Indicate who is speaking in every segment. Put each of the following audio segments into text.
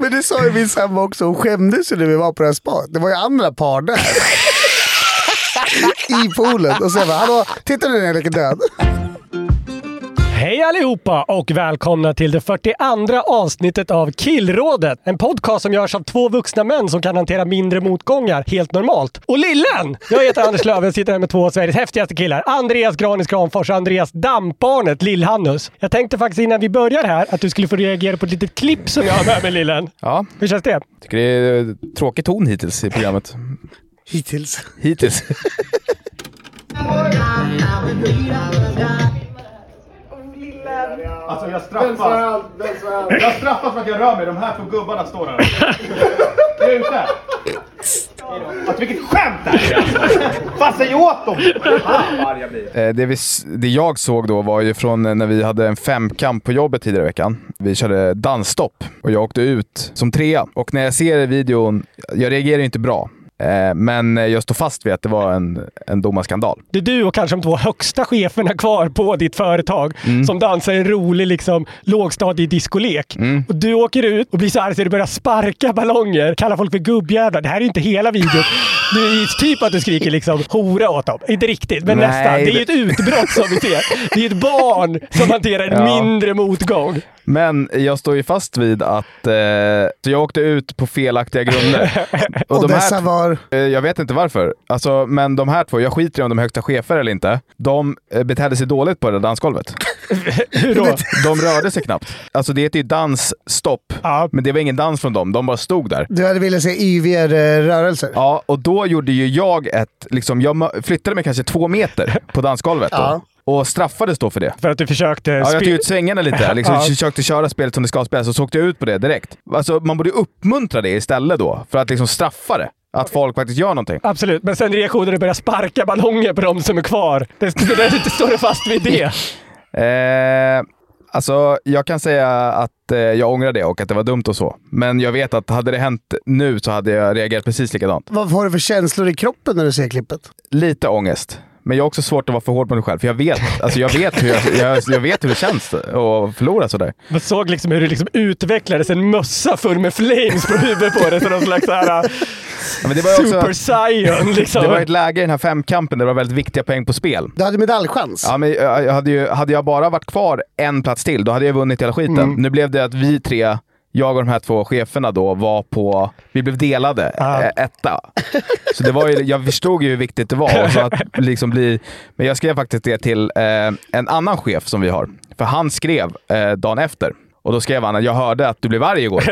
Speaker 1: Men det sa ju min sambo också, hon skämdes ju när vi var på det här spat. Det var ju andra par där. I poolen. Och sen bara, hallå, titta nu Henrik är död.
Speaker 2: Hej allihopa och välkomna till det 42 avsnittet av Killrådet. En podcast som görs av två vuxna män som kan hantera mindre motgångar helt normalt. Och lillen! Jag heter Anders Löf och sitter här med två av Sveriges häftigaste killar. Andreas Granis Kramfors och Andreas Dampbarnet Lill-Hannus. Jag tänkte faktiskt innan vi börjar här att du skulle få reagera på ett litet klipp som jag har med mig Lillen.
Speaker 3: Ja,
Speaker 2: Hur känns det?
Speaker 3: tycker det är eh, tråkig ton hittills i programmet.
Speaker 1: Hittills.
Speaker 3: Hittills.
Speaker 4: Alltså jag straffas. Jag straffas för att jag rör mig. De här två gubbarna står här. Sluta! Alltså vilket skämt det här är! alltså. Fan säg åt dem! Fan vad arg jag blir.
Speaker 3: Eh, det, vi, s- det jag såg då var ju från eh, när vi hade en femkamp på jobbet tidigare i veckan. Vi körde dansstopp och jag åkte ut som trea. Och när jag ser i videon, jag reagerar ju inte bra. Eh, Men eh, jag står fast vid att det var en, en domarskandal.
Speaker 2: Det är du och kanske de två högsta cheferna kvar på ditt företag
Speaker 3: Mm.
Speaker 2: som dansar en rolig liksom, lågstadiediskolek.
Speaker 3: Mm.
Speaker 2: Och du åker ut och blir så arg så du börjar sparka ballonger, kallar folk för gubbjävlar. Det här är ju inte hela videon. Det är typ att du skriker liksom hora åt dem. Inte riktigt, men
Speaker 3: Nej,
Speaker 2: nästan. Det är ju ett
Speaker 3: det-
Speaker 2: utbrott som vi ser. Det är ett barn som hanterar en
Speaker 3: Ja.
Speaker 2: mindre motgång.
Speaker 3: Men jag står ju fast vid att eh, så jag åkte ut på felaktiga grunder.
Speaker 1: Och,
Speaker 3: de här
Speaker 1: dessa var...
Speaker 3: Eh, Jag vet inte varför. Alltså, men de här två, jag skiter i om de är högsta chefer eller inte. De eh, betedde sig dåligt på det där dansgolvet.
Speaker 2: Hur då?
Speaker 3: De rörde sig knappt. Alltså det heter ju dansstopp,
Speaker 2: Ja.
Speaker 3: men det var ingen dans från dem. De bara stod där.
Speaker 1: Du hade velat se yvigare rörelser.
Speaker 3: Ja, och då gjorde ju jag ett... Liksom, jag mö- flyttade mig kanske två meter på dansgolvet då,
Speaker 1: Ja.
Speaker 3: och straffades då för det.
Speaker 2: För att du försökte...
Speaker 3: Ja, jag
Speaker 2: spe-
Speaker 3: tog ut svängarna lite, liksom,
Speaker 2: Ja.
Speaker 3: försökte köra spelet som det ska spelas och så åkte jag ut på det direkt. Alltså, man borde ju uppmuntra det istället då, för att liksom straffa det. Att folk faktiskt gör någonting.
Speaker 2: Absolut, men sen reaktionen att börja sparka ballonger på de som är kvar. Det, det, det, det står du fast vid det.
Speaker 3: Eh, alltså, jag kan säga att eh, jag ångrar det och att det var dumt och så. Men jag vet att hade det hänt nu så hade jag reagerat precis likadant.
Speaker 1: Vad har du för känslor i kroppen när du ser klippet?
Speaker 3: Lite ångest. Men jag har också svårt att vara för hård mot mig själv, för jag vet, alltså jag vet, hur, jag, jag, jag vet hur det känns att förlora sådär.
Speaker 2: Man såg liksom hur det liksom utvecklades en mössa full med flames på huvudet på dig. Som någon slags såhär,
Speaker 3: Ja, Men det, var ju också,
Speaker 2: super Saiyan liksom.
Speaker 3: det var ett läge i den här femkampen där det var väldigt viktiga poäng på spel.
Speaker 1: Du hade medaljchans.
Speaker 3: Ja, men eh, jag jag hade, ju, hade jag bara varit kvar en plats till, då hade jag vunnit hela skiten. Nu blev det att vi tre, jag och de här två cheferna då, var på... Vi blev delade,
Speaker 2: Ah.
Speaker 3: eh, etta. Så det var ju, jag förstod ju hur viktigt det var. Och så att liksom bli, men jag skrev faktiskt det till eh, en annan chef som vi har. För han skrev eh, dagen efter. Och då skrev han att jag hörde att du blev arg igår.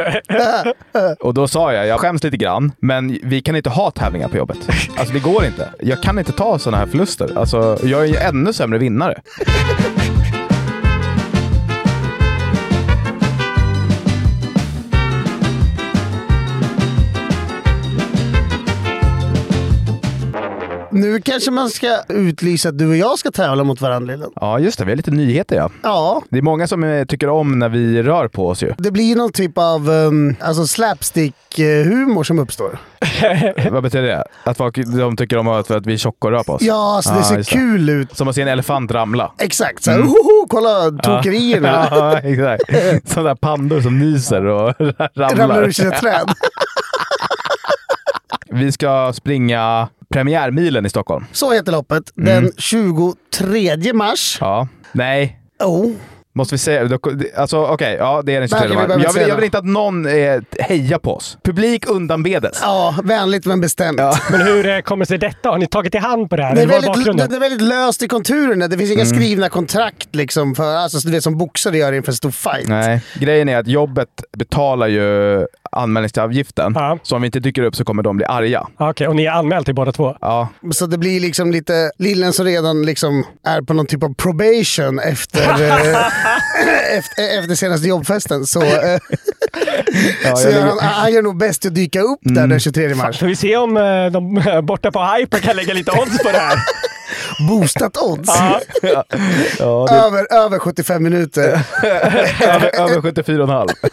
Speaker 3: och då sa jag, jag skäms lite grann, men vi kan inte ha tävlingar på jobbet. Alltså det går inte. Jag kan inte ta sådana här förluster. Alltså, jag är ju ännu sämre vinnare.
Speaker 1: Nu kanske man ska utlysa att du och jag ska tävla mot varandra. Lillen.
Speaker 3: Ja, just det. Vi har lite nyheter ja.
Speaker 1: Ja,
Speaker 3: Det är många som eh, tycker om när vi rör på oss ju.
Speaker 1: det blir ju någon typ av um, alltså slapstick-humor som uppstår.
Speaker 3: Vad betyder det? Att folk de tycker om att, för att vi är tjocka och rör på oss?
Speaker 1: Ja, alltså det
Speaker 3: Ah,
Speaker 1: ser
Speaker 3: just det.
Speaker 1: kul ut.
Speaker 3: Som att se en elefant ramla.
Speaker 1: Exakt, såhär hoho, kolla tokerierna.
Speaker 3: Ja, exakt. Sådana där pandor som nyser och
Speaker 1: Ramlar ur
Speaker 3: ramlar.
Speaker 1: sina träd.
Speaker 3: Vi ska springa premiärmilen i Stockholm. Mm.
Speaker 1: Så heter loppet. Den 23 mars.
Speaker 3: Ja. Nej.
Speaker 1: Oh,
Speaker 3: Måste vi säga... då- Alltså okej, ja det är den 23
Speaker 1: Verkligen, vi
Speaker 3: maj.
Speaker 1: behöver
Speaker 3: Jag
Speaker 1: säga
Speaker 3: vill, jag
Speaker 1: det.
Speaker 3: vill inte att någon eh, hejar på oss. Publik undanbedes.
Speaker 1: Ja, vänligt men bestämt.
Speaker 2: Men hur eh, kommer sig detta? Har ni tagit i hand på det här?
Speaker 1: Det är,
Speaker 2: Eller vad
Speaker 1: väldigt,
Speaker 2: bakgrunden?
Speaker 1: det är väldigt löst i konturerna. Det finns
Speaker 3: Mm.
Speaker 1: inga skrivna kontrakt liksom för, alltså, så du vet, som boxare gör inför en stor fight.
Speaker 3: Nej, grejen är att jobbet betalar ju anmälningsavgiften.
Speaker 2: Ja.
Speaker 3: Så om vi inte dyker upp så kommer de bli arga.
Speaker 2: Ja, Ah, Okej, och ni är anmält till båda två?
Speaker 3: Ja,
Speaker 1: Så det blir liksom lite lillen som redan liksom är på någon typ av probation efter, eh, efter, efter senaste jobbfesten. Så, eh,
Speaker 3: ja,
Speaker 1: så
Speaker 3: jag Mm.
Speaker 1: gör han,
Speaker 3: ligger-
Speaker 1: han gör nog bäst i att dyka upp där den 23 mars.
Speaker 2: Får vi se om eh, de borta på Hyper kan lägga lite odds på det här?
Speaker 1: Boostat odds.
Speaker 3: ja, det
Speaker 1: Över, över 75 minuter.
Speaker 3: över, över 74,5.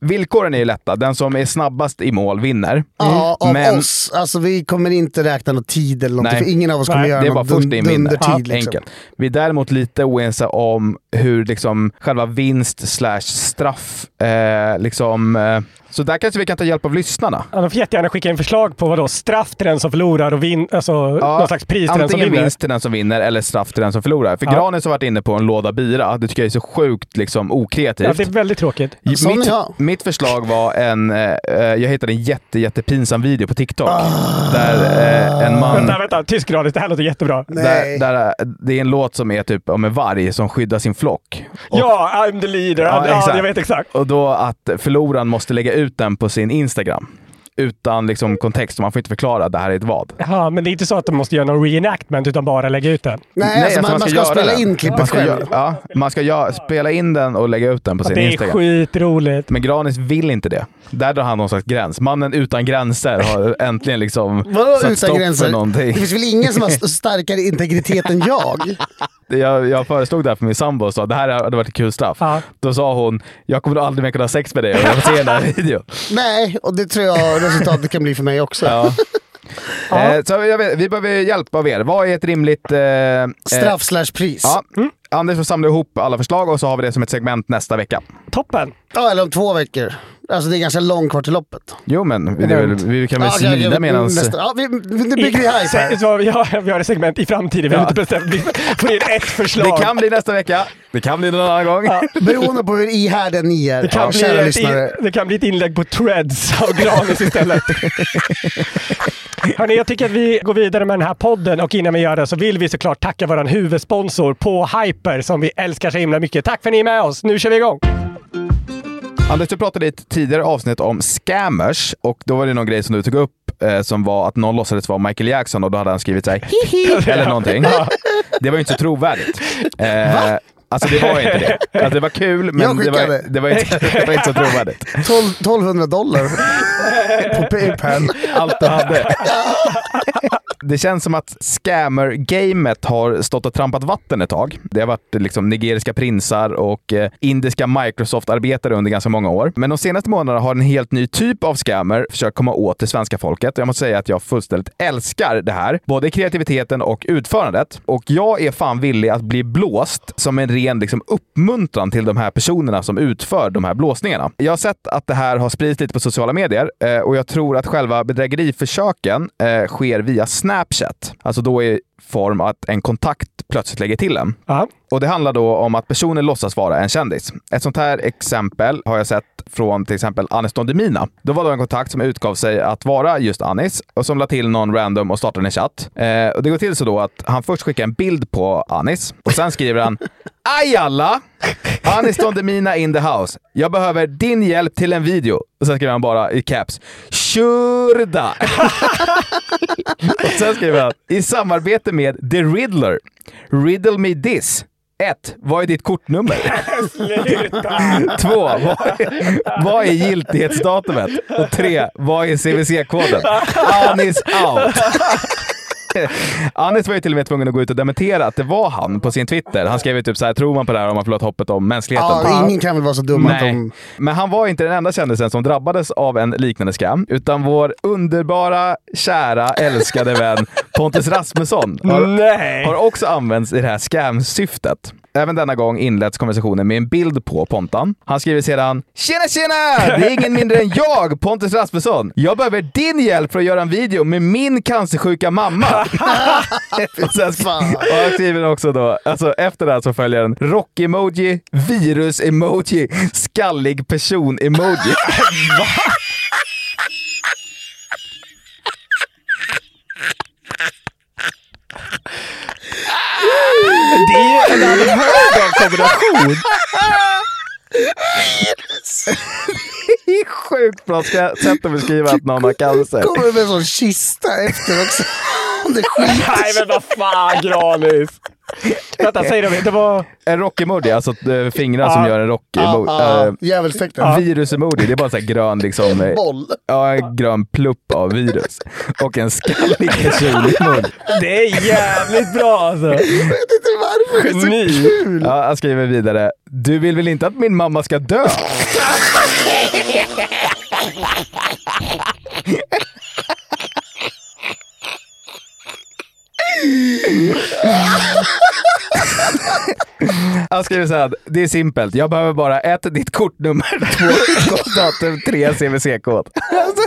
Speaker 3: Villkoren är ju lätta. Den som är snabbast i mål vinner.
Speaker 1: Ja, av
Speaker 3: Mm. Men-
Speaker 1: oss. Alltså, vi kommer inte räkna någon tid eller någonting,
Speaker 3: Nej.
Speaker 1: för ingen av oss kommer
Speaker 2: Nej,
Speaker 1: göra
Speaker 3: Det var
Speaker 1: någon
Speaker 3: först in vinner.
Speaker 1: dundertid.
Speaker 3: Ja,
Speaker 1: liksom.
Speaker 3: Enkelt. Vi är däremot lite oense om hur liksom själva vinst slash straff... Eh, liksom, eh, så där kanske vi kan ta hjälp av lyssnarna.
Speaker 2: Ja, de får jättegärna skicka in förslag på vadå? Straff till den som förlorar och vin, alltså, någon slags pris till den som
Speaker 3: antingen
Speaker 2: vinner.
Speaker 3: vinst till den som vinner eller straff till den som förlorar. För
Speaker 2: Ja.
Speaker 3: Granis har varit inne på en låda bira. Det tycker jag är så sjukt liksom,
Speaker 2: Ja,
Speaker 3: okreativt.
Speaker 2: det är väldigt tråkigt.
Speaker 1: Sån
Speaker 3: mitt,
Speaker 1: är jag.
Speaker 3: mitt förslag var en... Eh, eh, jag hittade en jätte, jättepinsam video på TikTok. Där eh, en man...
Speaker 2: Vänta, vänta. Tyst Granis, det här låter jättebra.
Speaker 1: Nej.
Speaker 3: Där, där, eh, det är en låt som är typ om en varg som skyddar sin flock. Och-
Speaker 2: Ja, I'm the leader. Ja, ja, jag vet exakt.
Speaker 3: Och då att förloraren måste lägga ut den på sin Instagram. Utan liksom kontext, man får inte förklara att det här är ett vad.
Speaker 2: Ja, men det är inte så att de måste göra någon reenactment utan bara lägga ut den.
Speaker 1: Nej, alltså, man, man ska,
Speaker 3: göra
Speaker 1: spela
Speaker 3: den.
Speaker 1: in
Speaker 3: Man
Speaker 1: klippet
Speaker 3: ska
Speaker 1: själv.
Speaker 3: gö- ja, man ska gö- spela in den och lägga ut den på sin
Speaker 2: Det är
Speaker 3: Instagram.
Speaker 2: skitroligt.
Speaker 3: Men Granis vill inte det. Där drar han någon slags gräns. Mannen utan gränser har äntligen liksom
Speaker 1: Vadå
Speaker 3: satt
Speaker 1: utan
Speaker 3: stopp
Speaker 1: gränser?
Speaker 3: för någonting.
Speaker 1: Det finns väl ingen som har st- starkare integritet än jag?
Speaker 3: Jag, jag föreslog det här för min sambo och sa det här hade varit ett kul straff.
Speaker 2: Ja.
Speaker 3: Då sa hon, jag kommer nog aldrig mer kunna ha sex med dig om jag får se den här videon.
Speaker 1: Nej, och det tror jag resultatet kan bli för mig också.
Speaker 3: Ja. Eh, så jag vet, vi behöver hjälp av er. Vad är ett rimligt... Eh, eh,
Speaker 1: Straff slash pris.
Speaker 3: Ja. Anders får samla ihop alla förslag och så har vi det som ett segment nästa vecka.
Speaker 2: Toppen!
Speaker 1: Ja, eller om två veckor. Alltså det är ganska långt kvar till loppet.
Speaker 3: Jo men, det är väl, vi kan väl
Speaker 1: Ja, okej,
Speaker 3: smida
Speaker 1: okej,
Speaker 3: medans...
Speaker 1: nästa- Ja, vi, vi- nu bygger vi hype
Speaker 2: Se-
Speaker 1: här.
Speaker 2: så vi, har, vi har ett segment i framtiden. Vi har
Speaker 3: Ja.
Speaker 2: inte bestämt. Vi får in ett förslag.
Speaker 3: Det kan bli nästa vecka. Det kan bli någon annan gång.
Speaker 1: Beroende på hur ihärdiga ni är,
Speaker 2: Det kan,
Speaker 1: ja,
Speaker 2: bli
Speaker 1: kära
Speaker 2: ett,
Speaker 1: lyssnare.
Speaker 2: in- det kan bli ett inlägg på Threads av Granis istället. Hörni, jag tycker att vi går vidare med den här podden och innan vi gör det så vill vi såklart tacka vår huvudsponsor på Hyper som vi älskar så himla mycket. Tack för att ni är med oss. Nu kör vi igång!
Speaker 3: Anders, du pratade i ett tidigare avsnitt om scammers och då var det någon grej som du tog upp eh, som var att någon låtsades vara Michael Jackson och då hade han skrivit så här hihi eller någonting. Det var ju inte så trovärdigt. Eh, Alltså det var inte det. Alltså, det var kul, men
Speaker 1: Jag
Speaker 3: det
Speaker 1: skickade.
Speaker 3: var, det, var inte, det var inte så trovärdigt.
Speaker 1: 12, 1200 dollar på Paypal.
Speaker 3: Allt du hade. Det känns som att scammer-gamet har stått och trampat vatten ett tag. Det har varit liksom nigeriska prinsar och eh, indiska Microsoft-arbetare under ganska många år. Men de senaste månaderna har en helt ny typ av scammer försökt komma åt det svenska folket. Jag måste säga att jag fullständigt älskar det här. Både kreativiteten och utförandet. Och jag är fan villig att bli blåst som en ren liksom, uppmuntran till de här personerna som utför de här blåsningarna. Jag har sett att det här har spridits lite på sociala medier eh, och jag tror att själva bedrägeriförsöken eh, sker via Snapchat. Alltså då i form att en kontakt plötsligt lägger till en.
Speaker 2: Ja.
Speaker 3: Och Det handlar då om att personen låtsas vara en kändis. Ett sånt här exempel har jag sett från till exempel Anis Don Demina. Då var det en kontakt som utgav sig att vara just Anis och som la till någon random och startade en chatt. Eh, och Det går till så då att han först skickar en bild på Anis och sen skriver han Aj alla! Anis Don Demina in the house. Jag behöver din hjälp till en video. Och sen skriver han bara i caps. Shurda! Och sen skriver han, i samarbete med The Riddler, Riddle Me This. 1. Vad är ditt kortnummer?
Speaker 2: Sluta!
Speaker 3: 2. Vad, är- vad är giltighetsdatumet? Och 3. Vad är CVC-koden? Anis out! Anis var ju till och med tvungen att gå ut och dementera att det var han på sin Twitter. Han skrev ju typ så här, tror man på det här om man förlorat hoppet om mänskligheten?
Speaker 1: Ja, ingen kan väl vara så dum att de...
Speaker 3: Men han var inte den enda kändisen som drabbades av en liknande skam, utan vår underbara, kära, älskade vän Pontus Rasmusson har,
Speaker 2: Nej!
Speaker 3: har också använts i det här scam-syftet. Även denna gång inleds konversationen med en bild på Pontan. Han skriver sedan “Tjena tjena! Det är ingen mindre än jag, Pontus Rasmusson. Jag behöver din hjälp för att göra en video med min cancersjuka mamma.” och, sen,
Speaker 1: Fan.
Speaker 3: och han skriver också då, alltså efter det här så följer en rock-emoji, virus-emoji, skallig person-emoji. Det är en anhörig kombination. Det är sjukt bra ska- sätt att beskriva att någon har cancer.
Speaker 1: Kommer det med en sån kista efter också? Om det skiter
Speaker 2: Nej men vad fan Granis! Vänta, säg det. Det var...
Speaker 3: En rock-emoji, alltså eh, fingrar som
Speaker 2: Ja.
Speaker 3: gör en rock
Speaker 1: Ja,
Speaker 3: emoji
Speaker 1: Djävulstecknet.
Speaker 3: Virus-emoji, det är bara så här grön liksom... eh,
Speaker 1: Boll.
Speaker 3: Ja, en grön plupp av virus. Och en skallig person-emoji.
Speaker 2: Det är jävligt bra alltså!
Speaker 1: Jag vet inte varför. Det är så
Speaker 2: Geni.
Speaker 1: kul.
Speaker 3: Ja, han skriver vidare. Du vill väl inte att min mamma ska dö? Han skriver så här. Det är simpelt. Jag behöver bara ett, ditt kortnummer, två, datum, tre, CVC-kod.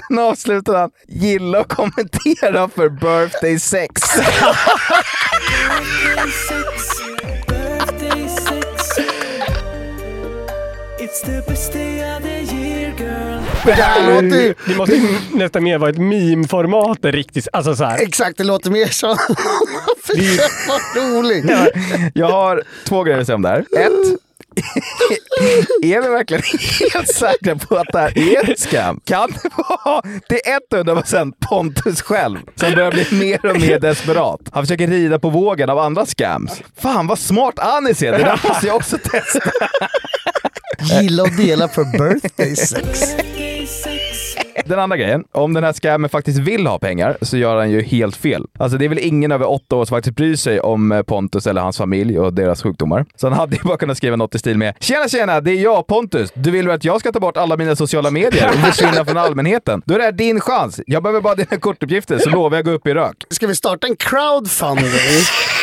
Speaker 3: Sen avslutar han. Gilla och kommentera för birthday sex.
Speaker 2: Det
Speaker 1: här låter ju-
Speaker 2: Det måste ju nästan mer vara ett meme-format än riktigt. Alltså så här.
Speaker 1: Exakt, det låter mer som... Vad roligt.
Speaker 3: Jag har två grejer att säga om det här. Ett. är vi verkligen helt säkra på att det här är ett scam? Kan det vara till 100% Pontus själv som börjar bli mer och mer desperat? Han försöker rida på vågen av andra scams. Fan vad smart Anis är, det där måste jag också testa.
Speaker 1: Gilla och dela för birthday sex.
Speaker 3: Den andra grejen, om den här scammen faktiskt vill ha pengar så gör han ju helt fel. Alltså det är väl ingen över åtta år som faktiskt bryr sig om eh, Pontus eller hans familj och deras sjukdomar. Så han hade ju bara kunnat skriva något i stil med “Tjena tjena, det är jag Pontus. Du vill väl att jag ska ta bort alla mina sociala medier och försvinna från allmänheten? Då är det här din chans. Jag behöver bara dina kortuppgifter så lovar jag gå upp i rök.”
Speaker 1: Ska vi starta en crowdfunding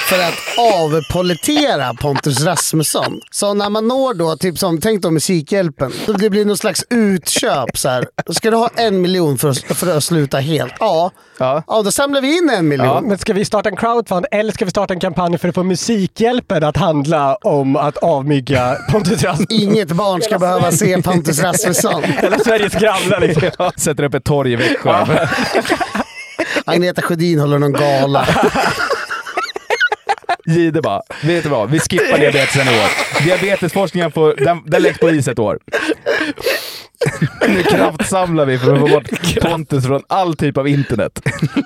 Speaker 1: för att avpolitera Pontus Rasmusson? Så när man når då, typ som, tänk då Musikhjälpen, så det blir någon slags utköp. Så här. Ska du ha en miljon för att, för att sluta helt? Ja.
Speaker 3: Ja.
Speaker 1: ja, då samlar vi in en miljon.
Speaker 2: Men ska vi starta en crowdfund eller ska vi starta en kampanj för att få Musikhjälpen att handla om att avmygga Pontus Rasmusson?
Speaker 1: Inget barn ska behöva se Pontus Rasmusson.
Speaker 2: Hela Sveriges grannar liksom.
Speaker 3: Ja, Sätter upp ett torg i Växjö.
Speaker 1: Agneta Sjödin håller någon gala.
Speaker 3: Jihde bara, vet du vad? Vi skippar diabetesen i år. Diabetesforskningen får, den, den läggs på is ett år. Nu kraftsamlar vi för att få bort Pontus från all typ av internet.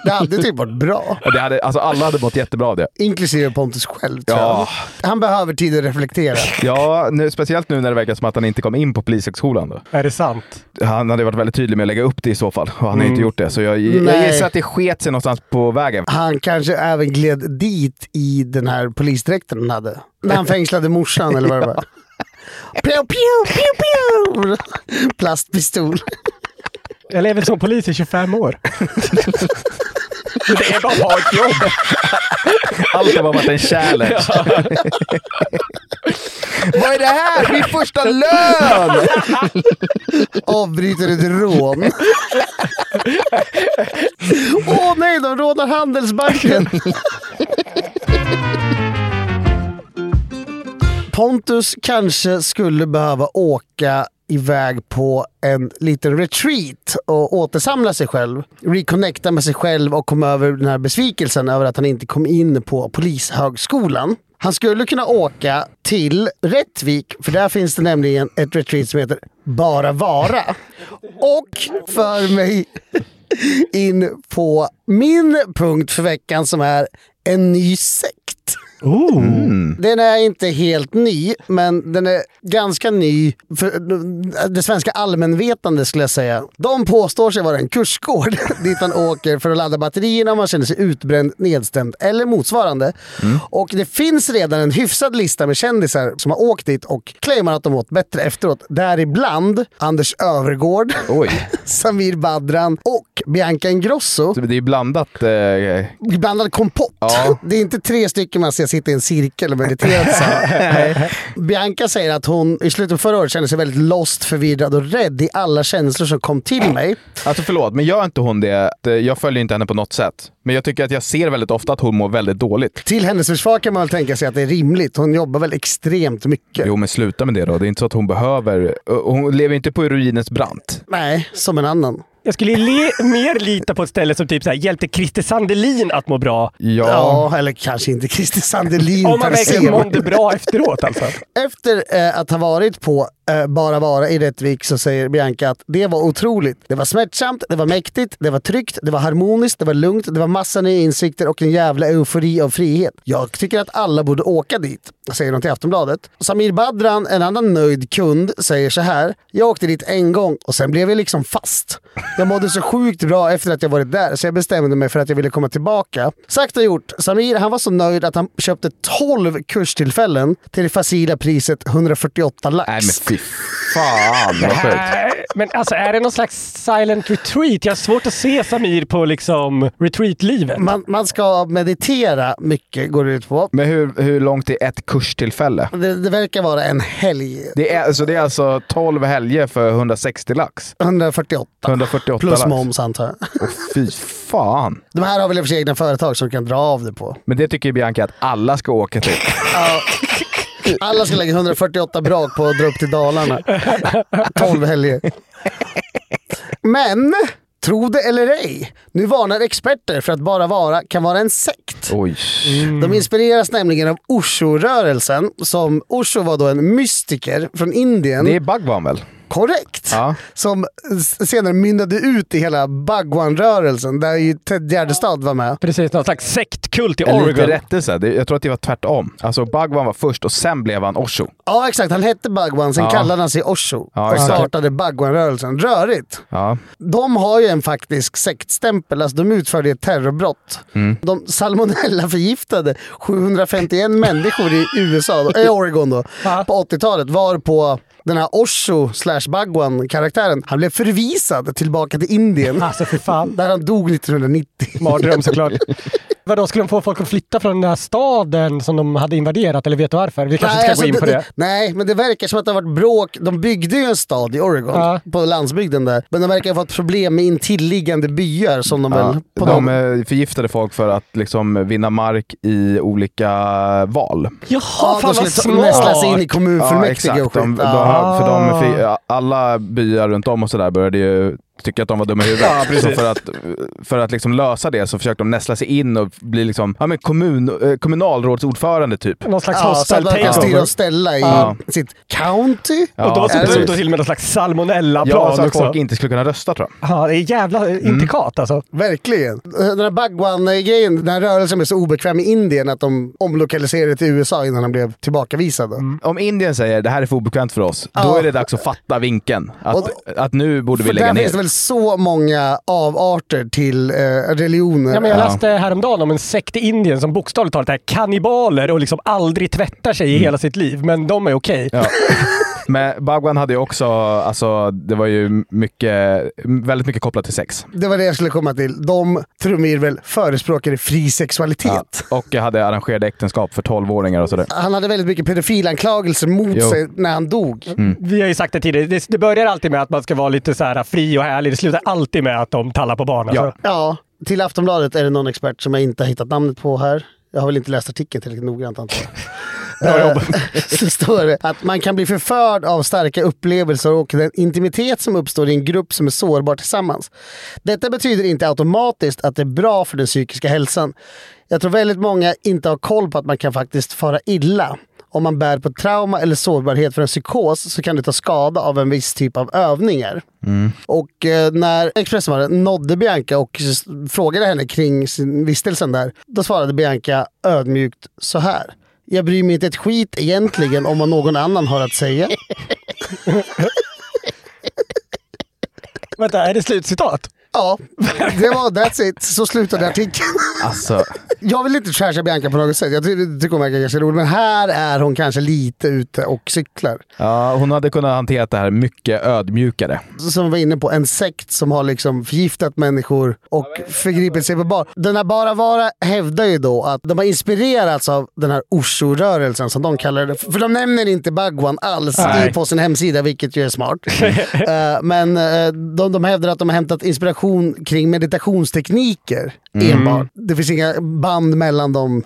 Speaker 1: Det hade typ varit bra.
Speaker 3: Ja, Det hade, alltså alla hade mått jättebra av det.
Speaker 1: Inklusive Pontus själv tror
Speaker 3: Ja.
Speaker 1: jag. Han behöver tid att reflektera.
Speaker 3: Ja, nu, speciellt nu när det verkar som att han inte kom in på Polishögskolan. Då.
Speaker 2: Är det sant?
Speaker 3: Han hade varit väldigt tydlig med att lägga upp det i så fall och han har
Speaker 2: Mm.
Speaker 3: inte gjort det. Så jag, jag
Speaker 1: Nej.
Speaker 3: gissar att det sket sig någonstans på vägen.
Speaker 1: Han kanske även gled dit i den här polisdräkten han hade. När han fängslade morsan eller vad det var. Pew, pew, pew, pew. Plastpistol.
Speaker 2: Jag lever som polis i 25 år. Det är bara att ha ett jobb.
Speaker 3: Allt har bara varit en challenge. Vad är det här? Min första lön!
Speaker 1: Avbryter ett rån. Åh nej, de rånar Handelsbanken. Pontus kanske skulle behöva åka iväg på en liten retreat och återsamla sig själv. Reconnecta med sig själv och komma över den här besvikelsen över att han inte kom in på Polishögskolan. Han skulle kunna åka till Rättvik, för där finns det nämligen ett retreat som heter Bara vara. Och för mig in på min punkt för veckan som är en ny sekt. Den är inte helt ny, men den är ganska ny för det svenska allmänvetande skulle jag säga. De påstår sig vara en kursgård dit man åker för att ladda batterierna om man känner sig utbränd, nedstämd eller motsvarande. Och det finns redan en hyfsad lista med kändisar som har åkt dit och claimar att de åt bättre efteråt. Däribland Anders Övergård,
Speaker 3: Oj.
Speaker 1: Samir Badran och Bianca Ingrosso.
Speaker 3: Så Det är ju blandat. Eh,
Speaker 1: Blandad kompott.
Speaker 3: Ja.
Speaker 1: Det är inte tre stycken man ser sitta i en cirkel och meditera tillsammans. Bianca säger att hon i slutet av förra året kände sig väldigt lost, förvirrad och rädd i alla känslor som kom till mig.
Speaker 3: Alltså förlåt, men gör inte hon det? eh, Jag följer inte henne på något sätt. Men jag tycker att jag ser väldigt ofta att hon mår väldigt dåligt.
Speaker 1: Till hennes försvar kan man väl tänka sig att det är rimligt. Hon jobbar väl extremt mycket.
Speaker 3: Jo, men sluta med det då. Det är inte så att hon behöver... och Hon lever inte på ruinens brant.
Speaker 1: Nej, som en annan.
Speaker 2: Jag skulle le, mer lita på ett ställe som typ så här, hjälpte Christer Sandelin att må bra.
Speaker 3: Ja.
Speaker 1: Ja, eller kanske inte Christer Sandelin.
Speaker 2: Om man
Speaker 1: per se.
Speaker 2: verkligen mådde bra efteråt alltså.
Speaker 1: Efter eh, att ha varit på eh, Bara Vara i Rättvik så säger Bianca att det var otroligt. Det var smärtsamt, det var mäktigt, det var tryggt, det var harmoniskt, det var lugnt, det var massa nya insikter och en jävla eufori av frihet. Jag tycker att alla borde åka dit, säger hon till Aftonbladet. Samir Badran, en annan nöjd kund, säger så här. Jag åkte dit en gång och sen blev jag liksom fast. Jag mådde så sjukt bra efter att jag varit där så jag bestämde mig för att jag ville komma tillbaka. Sagt och gjort. Samir han var så nöjd att han köpte 12 kurstillfällen till det facila priset 148 lax.
Speaker 3: Nej, men fy fan vad sjukt.
Speaker 2: Nej, Men alltså är det någon slags silent retreat? Jag har svårt att se Samir på liksom retreat-livet.
Speaker 1: man, man ska meditera mycket går det ut på.
Speaker 3: Men hur, hur långt är ett kurstillfälle?
Speaker 1: Det, det verkar vara en helg.
Speaker 3: Det är, alltså, det är alltså 12 helger för 160 lax.
Speaker 1: 148
Speaker 3: 148
Speaker 1: plus
Speaker 3: lax.
Speaker 1: moms antar jag.
Speaker 3: Åh, fy fan.
Speaker 1: De här har väl i och för sig egna företag som kan dra av det på.
Speaker 3: Men det tycker ju Bianca att alla ska åka till.
Speaker 1: Mm. Alla ska lägga 148 brak på att dra upp till Dalarna. 12 helger. Men, tro det eller ej, nu varnar experter för att bara vara kan vara en sekt.
Speaker 3: Oj. Mm.
Speaker 1: De inspireras nämligen av Osho-rörelsen, som Osho var då en mystiker från Indien.
Speaker 3: Det är Bhagwan väl?
Speaker 1: Korrekt!
Speaker 3: Ja.
Speaker 1: Som s- senare mynnade ut i hela Bhagwan-rörelsen, där ju Ted Gärdestad var med.
Speaker 2: Precis, någon slags sektkult i
Speaker 3: En
Speaker 2: Oregon.
Speaker 3: liten rättelse. Det- Jag tror att det var tvärtom. Alltså Bhagwan var först och sen blev han Osho.
Speaker 1: Ja, exakt. Han hette Bhagwan, sen
Speaker 3: Ja.
Speaker 1: kallade han sig Osho
Speaker 3: Ja,
Speaker 1: och
Speaker 3: exakt.
Speaker 1: startade Bhagwan-rörelsen. Rörigt!
Speaker 3: Ja.
Speaker 1: De har ju en faktisk sektstämpel, alltså de utförde ett terrorbrott.
Speaker 3: Mm.
Speaker 1: De salmonella förgiftade 751 människor i USA, då, i Oregon då, på 80-talet var på den här Osho slash Bhagwan karaktären, han blev förvisad tillbaka till Indien.
Speaker 2: Alltså för fan.
Speaker 1: Där han dog 1990.
Speaker 2: Mardröm såklart. Vadå, skulle de få folk att flytta från den här staden som de hade invaderat? Eller vet du varför? Vi kanske inte ska
Speaker 1: alltså,
Speaker 2: gå in på det.
Speaker 1: Nej, men det verkar som att det har varit bråk. De byggde ju en stad i Oregon,
Speaker 2: Ja.
Speaker 1: på landsbygden där. Men de verkar ha fått problem med intilliggande byar som de väl... På
Speaker 3: De
Speaker 1: någon-
Speaker 3: eh, förgiftade folk för att liksom vinna mark i olika val.
Speaker 2: Jaha,
Speaker 1: Ja,
Speaker 2: fan
Speaker 1: de
Speaker 2: vad
Speaker 1: skulle nästla sig in i
Speaker 2: smart!
Speaker 1: kommunfullmäktige
Speaker 3: exakt.
Speaker 1: och skit. Ah.
Speaker 3: De, de,
Speaker 1: ja.
Speaker 3: för de, fick- alla byar runt om och sådär började ju tycka att de var dumma i huvudet. så för att, för att liksom lösa det så försökte de näsla sig in och bli liksom, ja, men kommun, eh, kommunalrådsordförande typ.
Speaker 2: Någon slags
Speaker 1: Ja, så att
Speaker 2: hostile
Speaker 1: man kan
Speaker 2: takeover.
Speaker 1: styra och ställa i
Speaker 3: Ja.
Speaker 1: sitt county.
Speaker 2: Och då så
Speaker 3: precis.
Speaker 2: drog de till med någon slags salmonella-plan
Speaker 3: Ja, så att
Speaker 1: liksom.
Speaker 2: också.
Speaker 3: folk Mm. inte skulle kunna rösta tror jag.
Speaker 2: Ja, det är jävla intrikat alltså.
Speaker 1: Verkligen. Den här Bhagwan-grejen, den här rörelsen blev så obekväm i Indien att de omlokaliserade till USA innan han blev tillbakavisad. då.
Speaker 2: Mm.
Speaker 3: Om Indien säger det här är för obekvämt för oss, då
Speaker 1: Ja.
Speaker 3: är det dags att fatta vinkeln.
Speaker 1: Och
Speaker 3: Att, att nu borde vi
Speaker 1: För
Speaker 3: lägga
Speaker 1: där
Speaker 3: ner.
Speaker 1: finns det väl så många avarter till eh, religioner.
Speaker 2: Ja, men jag läste häromdagen om en sekt i Indien som bokstavligt talat är kannibaler och liksom aldrig tvättar sig i hela sitt liv. Men de är okej.
Speaker 3: Ja. Men Bhagwan hade ju också, alltså, det var ju mycket, väldigt mycket kopplat till sex.
Speaker 1: Det var det jag skulle komma till. De, Trumir väl, förespråkade fri sexualitet.
Speaker 3: Och jag hade arrangerade äktenskap för 12-åringar och sådär.
Speaker 1: Han hade väldigt mycket pedofilanklagelser mot
Speaker 3: Jo.
Speaker 1: sig när han dog.
Speaker 2: Vi har ju sagt det tidigare, det, det börjar alltid med att man ska vara lite så här fri och härlig. Det slutar alltid med att de tallar på barn. Alltså.
Speaker 3: Ja.
Speaker 1: Ja, till Aftonbladet är det någon expert som jag inte har hittat namnet på här. Jag har väl inte läst artikeln tillräckligt noggrant antar jag. Bra jobb. Så står det att man kan bli förförd av starka upplevelser och den intimitet som uppstår i en grupp som är sårbar tillsammans. Detta betyder inte automatiskt att det är bra för den psykiska hälsan. Jag tror väldigt många inte har koll på att man kan faktiskt fara illa. Om man bär på trauma eller sårbarhet för en psykos så kan du ta skada av en viss typ av övningar. Och eh, när Expressen var där, nådde Bianca och s- frågade henne kring sin vistelsen där, då svarade Bianca ödmjukt så här. Jag bryr mig inte ett skit egentligen om vad någon annan har att säga.
Speaker 2: Vänta, är det slutcitat?
Speaker 1: Ja, det var that's it. Så slutade artikeln.
Speaker 3: Alltså,
Speaker 1: Jag vill inte trasha Bianca på något sätt. Jag ty- tycker hon verkar ganska rolig. Men här är hon kanske lite ute och cyklar.
Speaker 3: Ja, hon hade kunnat hantera det här mycket ödmjukare.
Speaker 1: Som vi var inne på, en sekt som har liksom förgiftat människor och förgripit sig på barn. Den här Bara Vara hävdar ju då att de har inspirerats av den här Osho-rörelsen som de kallar det. För de nämner inte Bhagwan alls
Speaker 2: Nej.
Speaker 1: i, på sin hemsida, vilket ju är smart. Eh, Men eh, de, de hävdar att de har hämtat inspiration kring meditationstekniker
Speaker 2: Mm.
Speaker 1: enbart. Det finns inga band mellan dem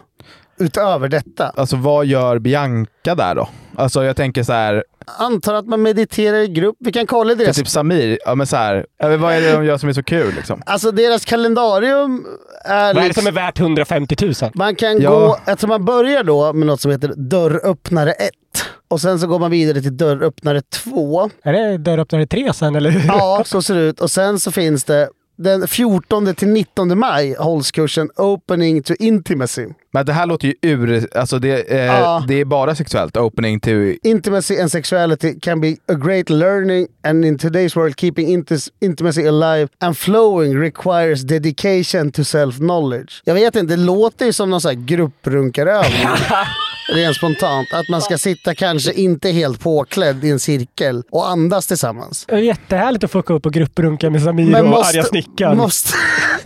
Speaker 1: utöver detta.
Speaker 3: Alltså vad gör Bianca där då? Alltså jag tänker så här,
Speaker 1: Antar att man mediterar i grupp. Vi kan kolla
Speaker 3: för
Speaker 1: deras
Speaker 3: typ Samir, ja men så här, ja, men vad är det de gör som är så kul liksom?
Speaker 1: Alltså deras kalendarium är...
Speaker 2: Vad är det
Speaker 1: liksom-
Speaker 2: som är värt 150 000?
Speaker 1: Man kan
Speaker 3: Ja.
Speaker 1: gå... Jag tror man börjar då med något som heter dörröppnare 1. Och sen så går man vidare till dörröppnare 2.
Speaker 2: Är det dörröppnare 3 sen eller? hur?
Speaker 1: Ja, så ser det ut. Och sen så finns det... Den 14 till 19 maj hålls kursen Opening to Intimacy.
Speaker 3: Men det här låter ju ur... Alltså det, eh,
Speaker 1: Ja.
Speaker 3: det är bara sexuellt. Opening to...
Speaker 1: Intimacy and sexuality can be a great learning and in today's world keeping intis- intimacy alive and flowing requires dedication to self-knowledge. Jag vet inte, det låter ju som någon sån här grupprunkarövning. Rent spontant. Att man ska sitta kanske inte helt påklädd i en cirkel och andas tillsammans.
Speaker 2: Det är jättehärligt att fucka upp och grupprunka med Samir
Speaker 1: Men
Speaker 2: och arga snickaren.
Speaker 1: Måste...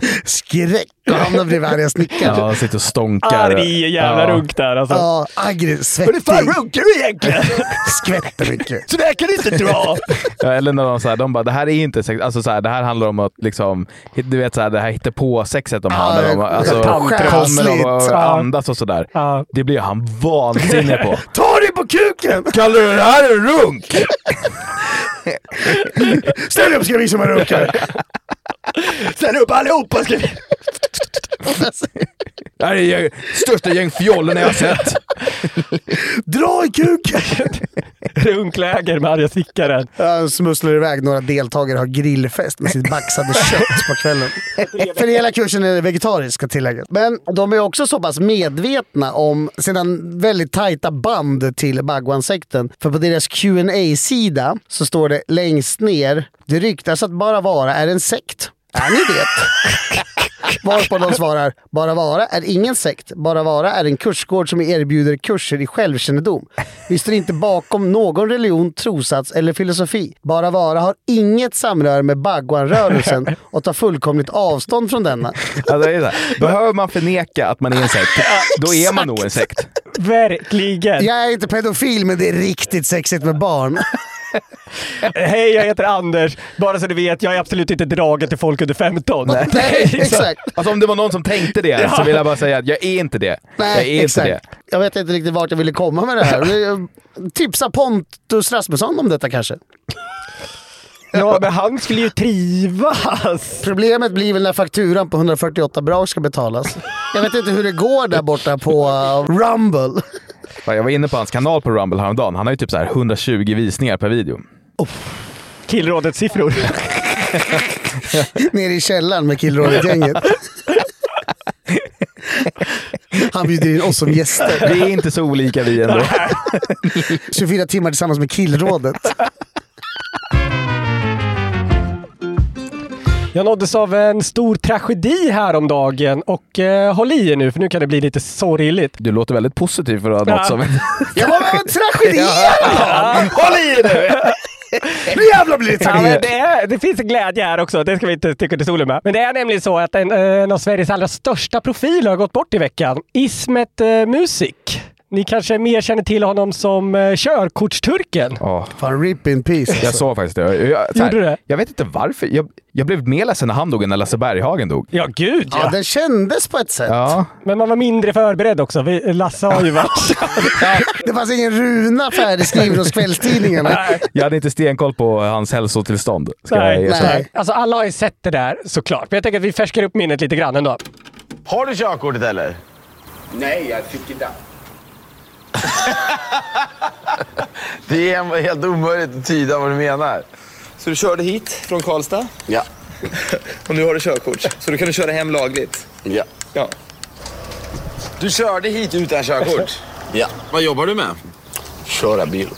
Speaker 1: Skräck att hamna bredvid arga snickaren.
Speaker 3: Ja, sitter och stonkar.
Speaker 2: Arg jävla
Speaker 3: Ja.
Speaker 2: runk där alltså.
Speaker 1: Ja, aggressiv, svettig.
Speaker 2: runkar du egentligen?
Speaker 1: Skvätter mycket.
Speaker 2: Så där kan du inte dra!
Speaker 3: Ja, eller när de, så här, de bara, det här är inte sex. Alltså, så här, det här handlar om att liksom, du vet, så här, det här hittepå-sexet de handlar om. Alltså,
Speaker 1: själsligt.
Speaker 3: kommer de att
Speaker 2: Ja.
Speaker 3: andas och sådär.
Speaker 2: Ja.
Speaker 3: Det blir han vansinnig på.
Speaker 1: Ta dig på kuken!
Speaker 3: Kallar du det här en runk?
Speaker 1: Ställ upp ska vi som runkar!
Speaker 3: Ställ upp allihopa! Ska vi... Det här är ju största gäng fjollor jag har sett.
Speaker 1: Dra i kuken!
Speaker 2: Runkläger med arga snickaren.
Speaker 1: Han smusslar iväg. Några deltagare har grillfest med sitt baxade kött på kvällen. För hela kursen är vegetarisk, ska tilläggas. Men de är också så pass medvetna om sina väldigt tajta band till Bhagwan-sekten. För på deras qa sida så står det längst ner, det ryktas att Bara Vara är en sekt. Är ni det? Varpå de svarar, Bara Vara är ingen sekt. Bara Vara är en kursgård som erbjuder kurser i självkännedom. Vi står inte bakom någon religion, trossats eller filosofi. Bara Vara har inget samröre med Bhagwan-rörelsen och tar fullkomligt avstånd från denna.
Speaker 3: Alltså, det är så här. Behöver man förneka att man är en sekt, då är man nog en sekt.
Speaker 2: Verkligen.
Speaker 1: Jag är inte pedofil, men det är riktigt sexigt med barn.
Speaker 2: Hej, jag heter Anders. Bara så du vet, jag är absolut inte dragen till folk under 15.
Speaker 1: Nej, exakt.
Speaker 3: Alltså om det var någon som tänkte det så vill jag bara säga att jag är inte det. jag
Speaker 1: Nej,
Speaker 3: är
Speaker 1: exakt.
Speaker 3: inte det.
Speaker 1: Jag vet inte riktigt vart jag ville komma med det här. eh, Tipsa Pontus Rasmusson om detta kanske.
Speaker 2: Ja, men han skulle ju trivas.
Speaker 1: Problemet blir väl när fakturan på 148 bra ska betalas. Jag vet inte hur det går där borta på eh, Rumble.
Speaker 3: Fan, Jag var inne på hans kanal på Rumble häromdagen. Han har ju typ så här 120 visningar per video.
Speaker 2: Killrådets siffror.
Speaker 1: Nere i källaren med Killrådet-gänget. Han bjuder in oss som gäster.
Speaker 3: Vi är inte så olika vi ändå.
Speaker 1: 24 timmar tillsammans med Killrådet.
Speaker 2: Jag nåddes av en stor tragedi häromdagen och eh, håll i er nu för nu kan det bli lite sorgligt.
Speaker 3: Du låter väldigt positiv för att ha något som...
Speaker 1: Jag var med om en tragedi häromdagen! Håll i er nu! Nu jävlar blir det
Speaker 2: Ja, men
Speaker 1: tragedi!
Speaker 2: det, är, det finns en glädje här också, det ska vi inte sticka under stolen med. Men det är nämligen så att en, eh, en av Sveriges allra största profiler har gått bort i veckan. Ismet eh, Musik. Ni kanske mer känner till honom som eh, körkortsturken.
Speaker 3: Åh,
Speaker 1: Fan, rip in peace.
Speaker 3: jag
Speaker 1: Alltså.
Speaker 3: sa faktiskt det. Jag, jag, så här,
Speaker 2: Gjorde du det?
Speaker 3: jag vet inte varför. Jag, jag blev mer ledsen när han dog än när Lasse Berghagen dog.
Speaker 2: Ja, gud ja.
Speaker 1: Ja, den kändes på ett sätt.
Speaker 3: Ja.
Speaker 2: Men man var mindre förberedd också. Vi, Lasse har ju varit...
Speaker 1: Det fanns ingen runa färdigskriven hos kvällstidningarna.
Speaker 3: Jag hade inte stenkoll på hans hälsotillstånd. Ska jag
Speaker 2: Nej.
Speaker 3: erkänna.
Speaker 1: Nej.
Speaker 2: Alltså alla har ju sett det där såklart, men jag tänker att vi färskar upp minnet lite grann ändå.
Speaker 5: Har du körkortet eller?
Speaker 6: Nej, jag fick inte.
Speaker 5: Det är helt omöjligt att tyda vad du menar.
Speaker 6: Så du körde hit från Karlstad
Speaker 5: Ja.
Speaker 6: och nu har du körkort. Så du kan du köra hem lagligt.
Speaker 5: Ja.
Speaker 6: Ja. Du körde hit utan körkort.
Speaker 5: Ja. Vad jobbar du med? Köra bil.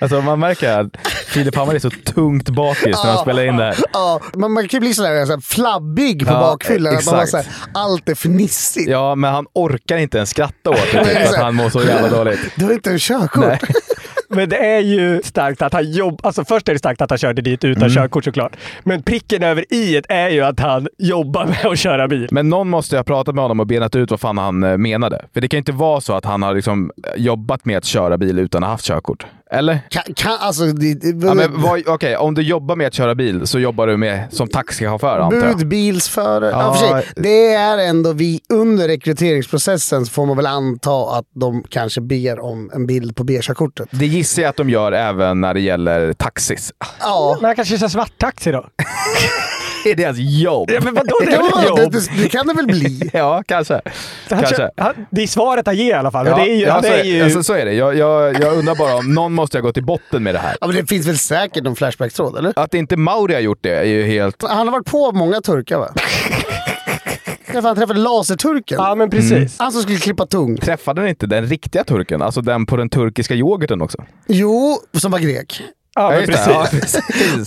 Speaker 3: Alltså man märker att Filip Hammar är så tungt bakis när han spelar in det här.
Speaker 1: Ja, man, man kan ju bli sådär, sådär flabbig på
Speaker 3: Ja,
Speaker 1: bakfyllan. Att man bara,
Speaker 3: exakt.
Speaker 1: såhär, allt är fnissigt.
Speaker 3: Ja, men han orkar inte ens skratta åt det typ, för att han mår så jävla dåligt.
Speaker 1: Du har inte en körkort.
Speaker 3: Nej.
Speaker 2: Men det är ju starkt att han jobb... Alltså först är det starkt att han körde dit utan körkort såklart. Men pricken över i är ju att han jobbar med att köra bil.
Speaker 3: Men någon måste ju ha pratat med honom och benat ut vad fan han eh, menade. För det kan ju inte vara så att han har liksom eh, jobbat med att köra bil utan att ha haft körkort. Eller?
Speaker 1: Kan, kan, alltså, det, det-
Speaker 3: Ja, men vad, okej, om du jobbar med att köra bil så jobbar du med som taxichaufför antar jag.
Speaker 1: Budbilsförare. Ja.
Speaker 3: Ja.
Speaker 1: för sig, det är ändå vi under rekryteringsprocessen så får man väl anta att de kanske ber om en bild på B-körkortet.
Speaker 3: Det gissar jag att de gör även när det gäller taxis.
Speaker 1: Ja.
Speaker 2: Men han kanske kör svarttaxi då?
Speaker 3: Det är deras jobb.
Speaker 2: Ja, men vadå? Det
Speaker 1: Det,
Speaker 2: är
Speaker 1: var-
Speaker 2: väl
Speaker 1: det,
Speaker 2: jobb?
Speaker 1: det, det kan det väl bli.
Speaker 3: Ja, kanske.
Speaker 2: Han
Speaker 3: kanske.
Speaker 2: kör, han, det är svaret han ger i alla fall. Ja, det är ju,
Speaker 3: ja,
Speaker 2: han
Speaker 3: så,
Speaker 2: är ju...
Speaker 3: alltså, så är det. Jag, jag, jag undrar bara om någon måste ha gått till botten med det här.
Speaker 1: Ja, men det finns väl säkert någon flashback-tråd, eller?
Speaker 3: Att inte Mauri har gjort det är ju helt...
Speaker 1: Han har varit på många turkar, va? Ja, för han träffade laserturken.
Speaker 2: Mm. ja, men precis.
Speaker 1: Han som skulle klippa tung.
Speaker 3: Träffade den inte den riktiga turken? Alltså den på den turkiska yoghurten också?
Speaker 1: Jo, som var grek.
Speaker 2: Ja, men
Speaker 3: just
Speaker 2: precis.
Speaker 3: det. Ja, precis.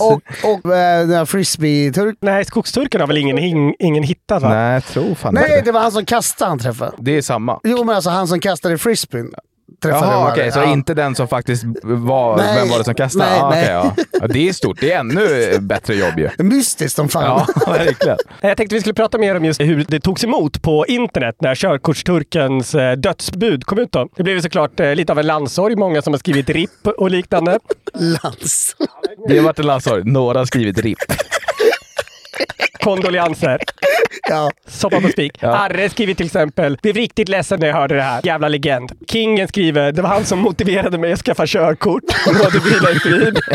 Speaker 1: Och, och eh, den här frisbee-turken.
Speaker 2: Nej, skogsturken har väl ingen, ing, ingen hittat va?
Speaker 3: Nej, jag tror fan
Speaker 1: Nej,
Speaker 3: inte
Speaker 1: det var han som kastade han träffade.
Speaker 3: det. är samma.
Speaker 1: Jo, men alltså han som kastade frisbeen. träffade den
Speaker 3: Jaha,
Speaker 1: här.
Speaker 3: okej. så
Speaker 1: Ja.
Speaker 3: inte den som faktiskt var...
Speaker 1: Nej.
Speaker 3: Vem var det som kastade?
Speaker 1: Nej,
Speaker 3: ah, okej,
Speaker 1: nej.
Speaker 3: ja. ja. Det är stort. Det är ännu bättre jobb ju.
Speaker 1: Mystiskt som fan.
Speaker 3: Ja, verkligen.
Speaker 2: Nej, Eh, Jag tänkte vi skulle prata mer om just hur det togs emot på internet när körkortsturkens eh, dödsbud kom ut. Då. Det blev ju såklart eh, lite av en landsorg. Många som har skrivit RIP och liknande.
Speaker 1: Lans.
Speaker 3: Det har varit en landsorg. Några har skrivit RIP.
Speaker 2: Kondolenser.
Speaker 1: Ja.
Speaker 2: Soppa på spik. Arre skriver till exempel, blev riktigt ledsen när jag hörde det här. Jävla legend. Kingen skriver, det var han som motiverade mig att skaffa körkort. Rådde bilar i strid.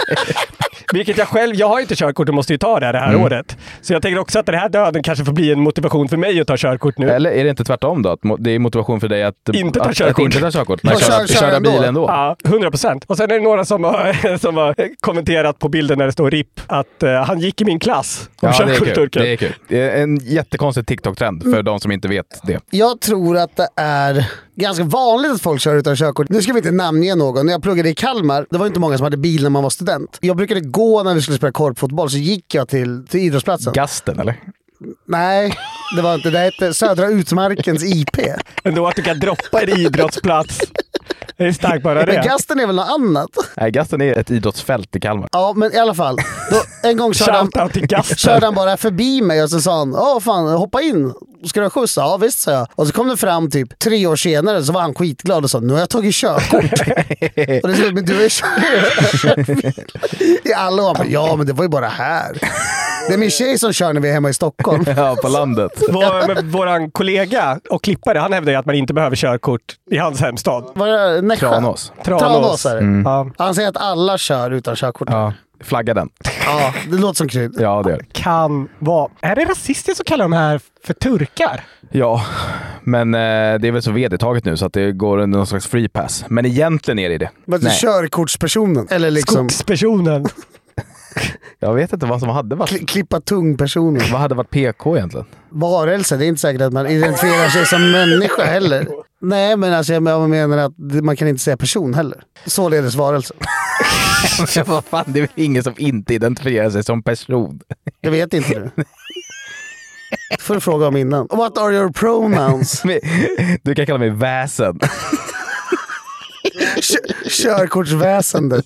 Speaker 2: Vilket jag själv, jag har ju inte körkort och måste ju ta det här, det här året. Så jag tänker också att den här döden kanske får bli en motivation för mig att ta körkort nu.
Speaker 3: Eller är det inte tvärtom då? Att mo- det är motivation för dig att...
Speaker 2: Inte ta
Speaker 3: att, Att
Speaker 2: körkort.
Speaker 3: inte ta körkort, men
Speaker 1: Och
Speaker 3: köra,
Speaker 1: kör- köra
Speaker 3: köra bil
Speaker 1: ändå.
Speaker 3: ändå.
Speaker 2: Ja, 100 procent. Och sen är det några som har, som har kommenterat på bilden när det står RIP att eh, han gick i min klass om
Speaker 3: Ja, det är kul.
Speaker 2: körkortsturken.
Speaker 3: Det är kul. Det är en jättekonstig TikTok-trend för de som inte vet det.
Speaker 1: Jag tror att det är ganska vanligt att folk kör utan körkort. Nu ska vi inte namnge någon. När jag pluggade i Kalmar, det var inte många som hade bil när man var student. Jag brukade gå när vi skulle spela korpfotboll, så gick jag till, till idrottsplatsen.
Speaker 3: Gasten, eller?
Speaker 1: Nej, det var inte. Det hette Södra Utmarkens IP.
Speaker 2: Ändå att du kan droppa en idrottsplats. Det är starkt bara
Speaker 1: Men
Speaker 2: det.
Speaker 1: gasten är väl något annat?
Speaker 3: Nej, Gasten är ett idrottsfält i Kalmar.
Speaker 1: Ja, men i alla fall. Då, en gång körde han,
Speaker 2: Shoutout till gasten.
Speaker 1: körde han bara förbi mig och så sa han Åh fan, hoppa in. Ska du ha skjuts? Ja visst, sa jag. Och så kom det fram typ tre år senare så var han skitglad och sa Nu har jag tagit körkort. och det sa, men du är I alla år. Men, Ja, men det var ju bara här. Det är min tjej som kör när vi är hemma i Stockholm.
Speaker 3: Ja, på landet.
Speaker 2: Vår, men våran kollega och klippare, han hävdar ju att man inte behöver körkort i hans hemstad.
Speaker 1: Var det Nässjö?
Speaker 3: Tranås.
Speaker 2: Tranås.
Speaker 1: Tranås är det. Mm.
Speaker 2: Ja.
Speaker 1: Han säger att alla kör utan körkort. Ja.
Speaker 3: Ja. Flagga den.
Speaker 1: det låter som krydd.
Speaker 3: Ja, det gör det.
Speaker 2: Kan vara... Är det rasistiskt att kalla de här för turkar?
Speaker 3: Ja, men eh, det är väl så vedertaget nu så att det går under någon slags free pass. Men egentligen är det det.
Speaker 1: Men du körkortspersonen. Eller liksom
Speaker 2: Skogspersonen.
Speaker 3: Jag vet inte vad som hade varit.
Speaker 1: kli- klippa tung-personen.
Speaker 3: Vad hade varit PK egentligen?
Speaker 1: varelse. Det är inte säkert att man identifierar sig som människa heller. Nej, men alltså jag menar att man kan inte säga person heller. Således varelse.
Speaker 3: vad fan, det är väl ingen som inte identifierar sig som person?
Speaker 1: Jag vet inte nu. får du fråga om innan. What are your pronouns?
Speaker 3: Men- Du kan kalla mig väsen.
Speaker 1: Kö- Körkortsväsendet.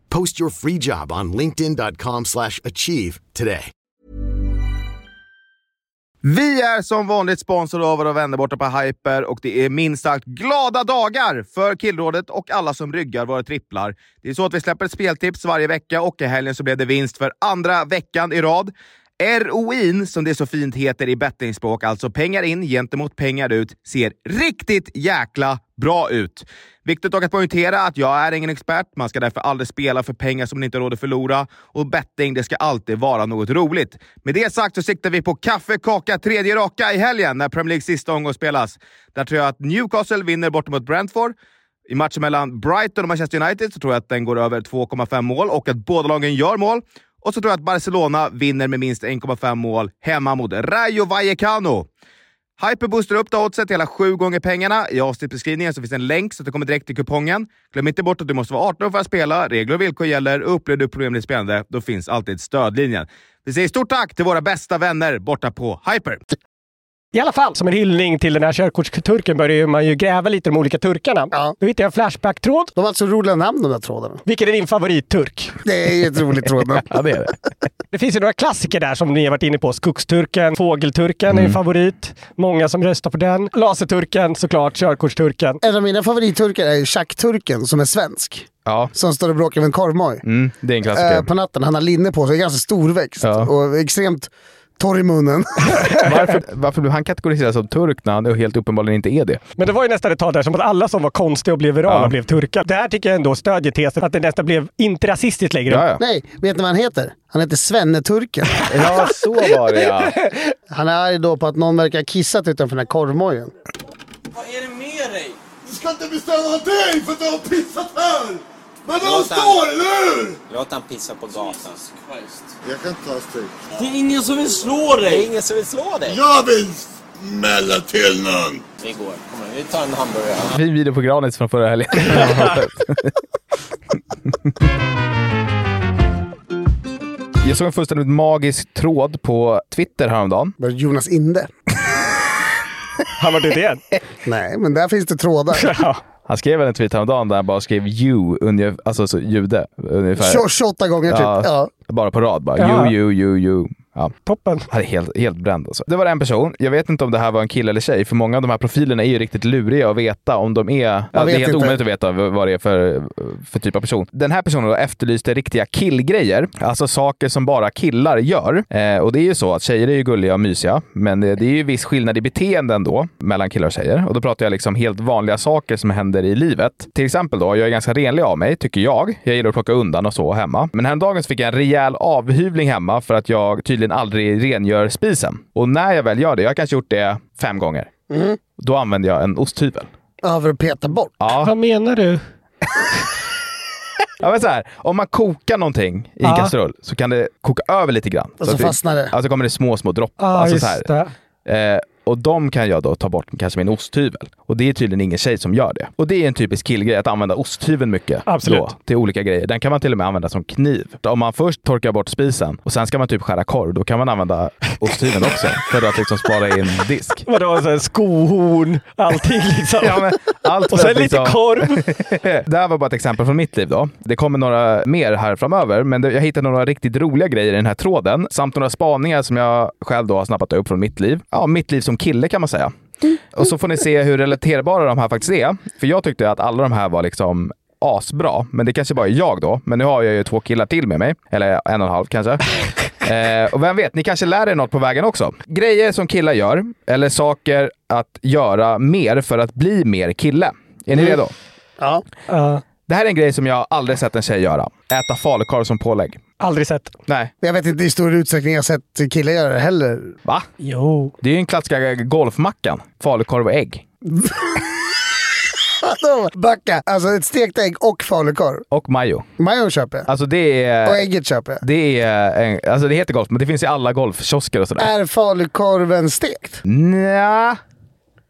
Speaker 7: Post your free job on linkedin.com/achieve slash achieve today.
Speaker 3: Vi är som vanligt sponsrade av våra vänner borta på Hyper och det är minst sagt glada dagar för Killrådet och alla som ryggar våra tripplar. Det är så att vi släpper ett speltips varje vecka och i helgen så blev det vinst för andra veckan i rad. ROIn, som det så fint heter i bettingspråk, alltså pengar in gentemot pengar ut, ser riktigt jäkla bra ut. Viktigt dock att poängtera att jag är ingen expert. Man ska därför aldrig spela för pengar som man inte har råd att förlora. Och betting, det ska alltid vara något roligt. Med det sagt så siktar vi på kaffe, kaka, tredje raka i helgen när Premier Leagues sista omgång spelas. Där tror jag att Newcastle vinner bort mot Brentford. I matchen mellan Brighton och Manchester United så tror jag att den går över 2,5 mål och att båda lagen gör mål. Och så tror jag att Barcelona vinner med minst 1,5 mål hemma mot Rayo Vallecano. Hyper boostar upp då oddset hela sju gånger pengarna. I avsnittbeskrivningen så finns en länk så att du kommer direkt till kupongen. Glöm inte bort att du måste vara 18 år för att spela. Regler och villkor gäller. Upplever du problem med spelande, då finns alltid stödlinjen. Vi säger stort tack till våra bästa vänner borta på Hyper!
Speaker 2: I alla fall, som en hyllning till den här körkortsturken börjar ju man ju gräva lite i de olika turkarna. Då hittade jag en Flashback-tråd.
Speaker 1: De har alltså roliga namn de där trådarna.
Speaker 2: Vilken är din favoritturk?
Speaker 1: Det är ett roligt trådnamn.
Speaker 3: ja, det är det.
Speaker 2: Det finns ju några klassiker där som ni har varit inne på. Skogsturken, Fågelturken är
Speaker 3: Mm.
Speaker 2: en favorit. Många som röstar på den. Laserturken såklart, körkortsturken.
Speaker 1: En av mina favoritturkar är Tjackturken som är svensk.
Speaker 3: Ja,
Speaker 1: Som står och bråkar med en korvmoj.
Speaker 3: mm, det är en klassiker.
Speaker 1: Eh, på natten. Han har linne på sig, ganska storväxt
Speaker 3: Ja.
Speaker 1: och extremt torr i munnen.
Speaker 3: varför, varför blev han kategoriserad som turk när han helt uppenbarligen inte är det?
Speaker 2: Men det var ju nästan ett tag där som att alla som var konstiga och blev virala
Speaker 3: Ja.
Speaker 2: blev turkar. Det här tycker jag ändå stödjer tesen att det nästan blev inte rasistiskt längre.
Speaker 3: Ja, ja.
Speaker 1: Nej, vet ni vad han heter? Han heter Svenneturken.
Speaker 3: ja så var det ja.
Speaker 1: Han är arg då på att någon verkar ha kissat utanför den här korvmojen.
Speaker 6: Vad är det med dig?
Speaker 8: Du ska inte bestämma dig för att du har pissat här! Men han
Speaker 6: Låt han-
Speaker 8: står, eller hur?
Speaker 6: Låt han pissa på gatan.
Speaker 8: Jag kan ta steg.
Speaker 6: Det är ingen som vill slå dig! Det är ingen som vill slå dig!
Speaker 8: Jag vill smälla till någon!
Speaker 6: Vi går. Kom igen, vi tar en hamburgare.
Speaker 3: Fin video på Granis från förra helgen. Jag såg en fullständigt magisk tråd på Twitter häromdagen.
Speaker 1: Var det Jonas Inde?
Speaker 2: Han var det igen.
Speaker 1: Nej, men där finns det trådar.
Speaker 3: Han skrev en tweet häromdagen där han bara skrev you, ungef- alltså så, jude. Ungefär.
Speaker 1: 28 gånger typ.
Speaker 3: Ja,
Speaker 1: Ja.
Speaker 3: Bara på rad. Bara,
Speaker 2: Ja.
Speaker 3: You, you, you, you. Ja.
Speaker 2: Toppen.
Speaker 3: Han är helt, helt bränd alltså. Det var en person. Jag vet inte om det här var en kille eller tjej, för många av de här profilerna är ju riktigt luriga att veta om de är... Ja, det är
Speaker 1: vet
Speaker 3: helt
Speaker 1: inte.
Speaker 3: omöjligt att veta v- vad det är för, för typ av person. Den här personen då efterlyste riktiga killgrejer, alltså saker som bara killar gör. Eh, och det är ju så att tjejer är ju gulliga och mysiga, men det, det är ju viss skillnad i beteenden då mellan killar och tjejer. Och då pratar jag liksom helt vanliga saker som händer i livet. Till exempel då, jag är ganska renlig av mig, tycker jag. Jag gillar att plocka undan och så hemma. Men häromdagen så fick jag en rejäl avhyvling hemma för att jag tydligen aldrig rengör spisen. Och när jag väl gör det, jag har kanske gjort det fem gånger, då använder jag en osthyvel.
Speaker 1: Över att peta bort.
Speaker 3: Ja,
Speaker 2: Vad menar du?
Speaker 3: Ja, men så här, om man kokar någonting i en
Speaker 2: Ja.
Speaker 3: kastrull så kan det koka över lite grann.
Speaker 1: Och så
Speaker 3: att
Speaker 1: fastnar det.
Speaker 3: Alltså kommer det små, små droppar.
Speaker 2: Ja,
Speaker 3: alltså, så
Speaker 2: Ah, just
Speaker 3: här.
Speaker 2: det.
Speaker 3: Eh, och de kan jag då ta bort med kanske min osthyvel. Och det är tydligen ingen tjej som gör det. Och det är en typisk killgrej, att använda osthyveln mycket.
Speaker 2: Absolut.
Speaker 3: Då, till olika grejer. Den kan man till och med använda som kniv. Om man först torkar bort spisen och sen ska man typ skära korv, då kan man använda osthyveln också. För att liksom spara in disk.
Speaker 2: Vadå, så här, skohorn, allting liksom.
Speaker 3: Ja, men allt för
Speaker 2: och sen
Speaker 3: att
Speaker 2: lite
Speaker 3: liksom-
Speaker 2: korv.
Speaker 3: Det här var bara ett exempel från mitt liv då. Det kommer några mer här framöver, men det- jag hittade några riktigt roliga grejer i den här tråden, samt några spaningar som jag själv då har snappat upp från mitt liv. Ja, mitt liv som kille kan man säga. Och så får ni se hur relaterbara de här faktiskt är. För jag tyckte att alla de här var liksom asbra, men det kanske bara är jag då. Men nu har jag ju två killar till med mig, eller en och en halv kanske. Eh, och vem vet, ni kanske lär er något på vägen också. Grejer som killar gör, eller saker att göra mer för att bli mer kille. Är ni redo?
Speaker 1: Ja.
Speaker 2: Ja,
Speaker 3: Det här är en grej som jag aldrig sett en tjej göra. Äta falukorv som pålägg.
Speaker 2: aldrig sett.
Speaker 3: Nej.
Speaker 1: Jag vet inte i stor utsträckning jag har sett killar göra det heller.
Speaker 3: Va?
Speaker 2: Jo.
Speaker 3: Det är ju en klassiska golfmackan. Falukorv och ägg.
Speaker 1: Vadå? Backa! Alltså ett stekt ägg och falukorv.
Speaker 3: Och majo.
Speaker 1: Majon köper jag.
Speaker 3: Alltså det
Speaker 1: Och
Speaker 3: är...
Speaker 1: ägget köper jag.
Speaker 3: Det, är en, alltså det heter golf, men det finns i alla golfkiosker och sådär.
Speaker 1: Är falukorven stekt?
Speaker 3: Nja,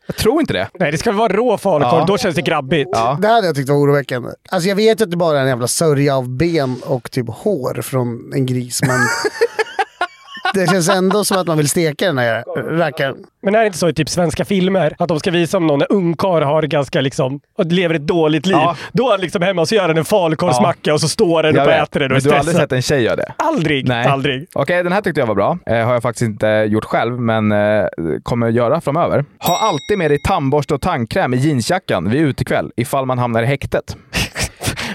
Speaker 3: jag tror inte det.
Speaker 2: Nej, det ska vara rå falukorv.
Speaker 3: Ja.
Speaker 2: Då känns det grabbigt.
Speaker 3: Ja.
Speaker 1: Det här hade jag tyckt var oroväckande. Alltså jag vet ju att det bara är en jävla sörja av ben och typ hår från en gris, men... Det känns ändå som att man vill steka den här rackaren.
Speaker 2: Men är det inte så i typ svenska filmer? Att de ska visa om någon ungkarl har ganska liksom, och lever ett dåligt liv.
Speaker 3: Ja.
Speaker 2: Då är han liksom hemma och så gör han en falukorvsmacka och så står han upp
Speaker 3: Jag
Speaker 2: och
Speaker 3: vet,
Speaker 2: äter den och är
Speaker 3: Men du har aldrig
Speaker 2: stressad.
Speaker 3: sett en tjej göra det?
Speaker 2: Aldrig!
Speaker 3: Nej.
Speaker 2: Aldrig.
Speaker 3: Okej, den här tyckte jag var bra. Eh, har jag faktiskt inte gjort själv, men eh, kommer göra framöver. Ha alltid med dig tandborste och tandkräm i jeansjackan vid utekväll ifall man hamnar i häktet.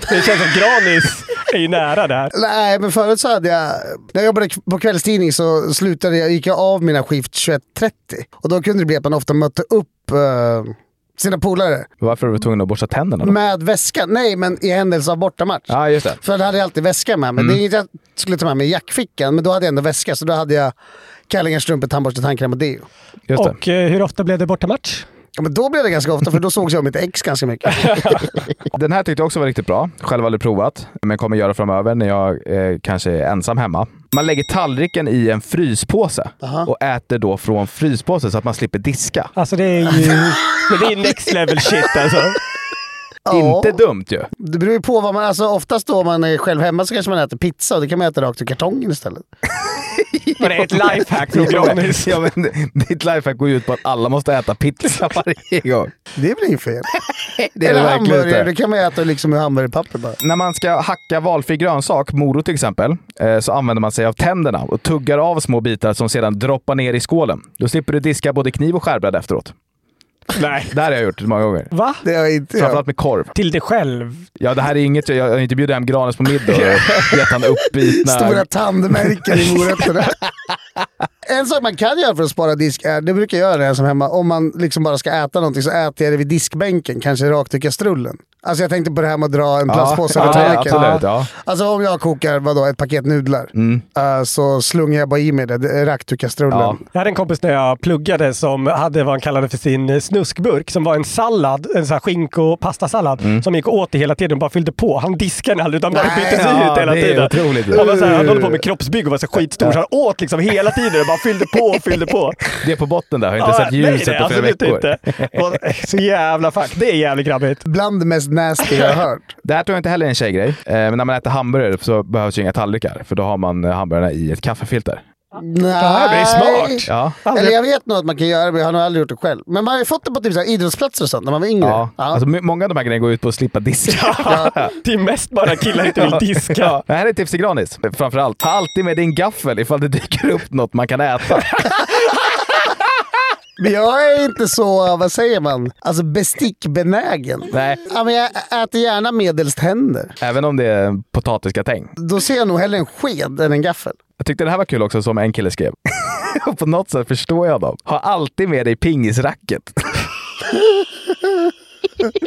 Speaker 2: Det känns som Granis är ju nära där.
Speaker 1: Nej, men förut så hade jag... När jag jobbade k- på kvällstidning så slutade jag, gick jag av mina skift 21.30. Och då kunde det bli att man ofta mötte upp eh, sina polare.
Speaker 3: Varför var du tvungen att borsta tänderna då?
Speaker 1: Med väska? Nej, men i händelse av bortamatch.
Speaker 3: Ja, Mm. just det.
Speaker 1: För då hade jag alltid väska med mig. Det är inget jag skulle ta med mig i jackfickan, men då hade jag ändå väska. Så då hade jag kallingar, strumpor, tandborste, tandkräm och deo.
Speaker 3: Just det.
Speaker 2: Och eh, hur ofta blev det bortamatch?
Speaker 1: Ja, men då blev det ganska ofta, för då sågs jag och mitt ex ganska mycket.
Speaker 3: Den här tyckte jag också var riktigt bra. Själv aldrig provat, men kommer göra framöver när jag eh, kanske är ensam hemma. Man lägger tallriken i en fryspåse och äter då från fryspåsen så att man slipper diska.
Speaker 2: Alltså det är ju... Men det är next level shit alltså.
Speaker 1: Ja.
Speaker 3: Inte dumt ju.
Speaker 1: Det beror ju på vad man... Alltså oftast då om man är själv hemma så kanske man äter pizza och det kan man äta rakt ur kartongen istället.
Speaker 2: Men det är ett lifehack från
Speaker 3: Ja, men,
Speaker 2: Granis.
Speaker 3: ja, men, ditt lifehack går ju ut på att alla måste äta pizza varje gång.
Speaker 1: Det blir ju fel.
Speaker 3: Det är det
Speaker 1: Eller
Speaker 3: verkligen
Speaker 1: hamburgare, det
Speaker 3: inte.
Speaker 1: kan man äta liksom ur hamburgerpapper bara.
Speaker 3: När man ska hacka valfri grönsak, morot till exempel, eh, så använder man sig av tänderna och tuggar av små bitar som sedan droppar ner i skålen. Då slipper du diska både kniv och skärbräd efteråt.
Speaker 2: Nej.
Speaker 3: Det här har jag gjort många gånger.
Speaker 2: Va?
Speaker 1: Det har jag inte jag.
Speaker 3: Framförallt med korv.
Speaker 2: Till dig själv?
Speaker 3: Ja, det här är inget... Jag jag har inte bjudit hem Granis på middag och gett han uppbitna...
Speaker 1: Stora tandmärken i morötterna. en sak man kan göra för att spara disk är, det brukar jag göra när jag är som hemma, om man liksom bara ska äta någonting så äter jag det vid diskbänken, kanske rakt ur kastrullen. Alltså jag tänkte på det här med att dra en
Speaker 3: Ja,
Speaker 1: plastpåse över
Speaker 3: ja,
Speaker 1: tallriken.
Speaker 3: absolut, ja. Mm.
Speaker 1: Alltså om jag kokar vadå, ett paket nudlar eh, så slungar jag bara i mig det eh, rakt ur kastrullen.
Speaker 3: Ja.
Speaker 2: Jag hade en kompis när jag pluggade som hade vad han kallade för sin eh, snuskburk som var en sallad, en sån här skink och pastasallad
Speaker 3: Mm.
Speaker 2: som gick och åt det hela tiden och bara fyllde på. Han diskade den aldrig utan bara
Speaker 1: Nej,
Speaker 2: bytte sig
Speaker 3: ja,
Speaker 2: ut hela
Speaker 3: det är
Speaker 2: tiden.
Speaker 3: otroligt. Mm.
Speaker 2: Han, var så här, han höll på med kroppsbygge och var så skitstor så han åt liksom hela tiden och bara fyllde på och fyllde på.
Speaker 3: Det på botten där har jag inte sett
Speaker 2: nej,
Speaker 3: ljuset
Speaker 2: nej,
Speaker 3: på flera
Speaker 2: absolut
Speaker 3: veckor.
Speaker 2: inte. Och- eh, Så jävla fuck. Det är jävligt grabbigt.
Speaker 1: Bland det mest nasty jag har hört.
Speaker 3: Det här tror jag inte heller är en tjejgrej. Eh, Men när man äter hamburgare så behövs ju inga tallrikar, för då har man eh, hamburgarna i ett kaffefilter.
Speaker 1: Nej.
Speaker 2: Det här blir smart.
Speaker 3: Ja.
Speaker 1: Eller jag vet nog att man kan göra det, men jag har nog aldrig gjort det själv. Men man har ju fått det på typ så här idrottsplatser och sånt när man var yngre.
Speaker 3: Ja. Alltså, my- många av de här grejerna går ut på att slippa diska.
Speaker 2: Det är mest bara killar inte vill diska.
Speaker 3: Ja. Det här är ett tips till Granis. Framförallt, ta alltid med din gaffel ifall det dyker upp något man kan äta.
Speaker 1: Men jag är inte så, vad säger man, alltså bestickbenägen.
Speaker 3: Nej.
Speaker 1: Ja, men jag äter gärna medelst händer.
Speaker 3: Även om det är potatisgratäng.
Speaker 1: Då ser jag nog hellre en sked än en gaffel.
Speaker 3: Jag tyckte det här var kul också, som en kille skrev. Och på något sätt förstår jag dem. Ha alltid med dig pingisracket.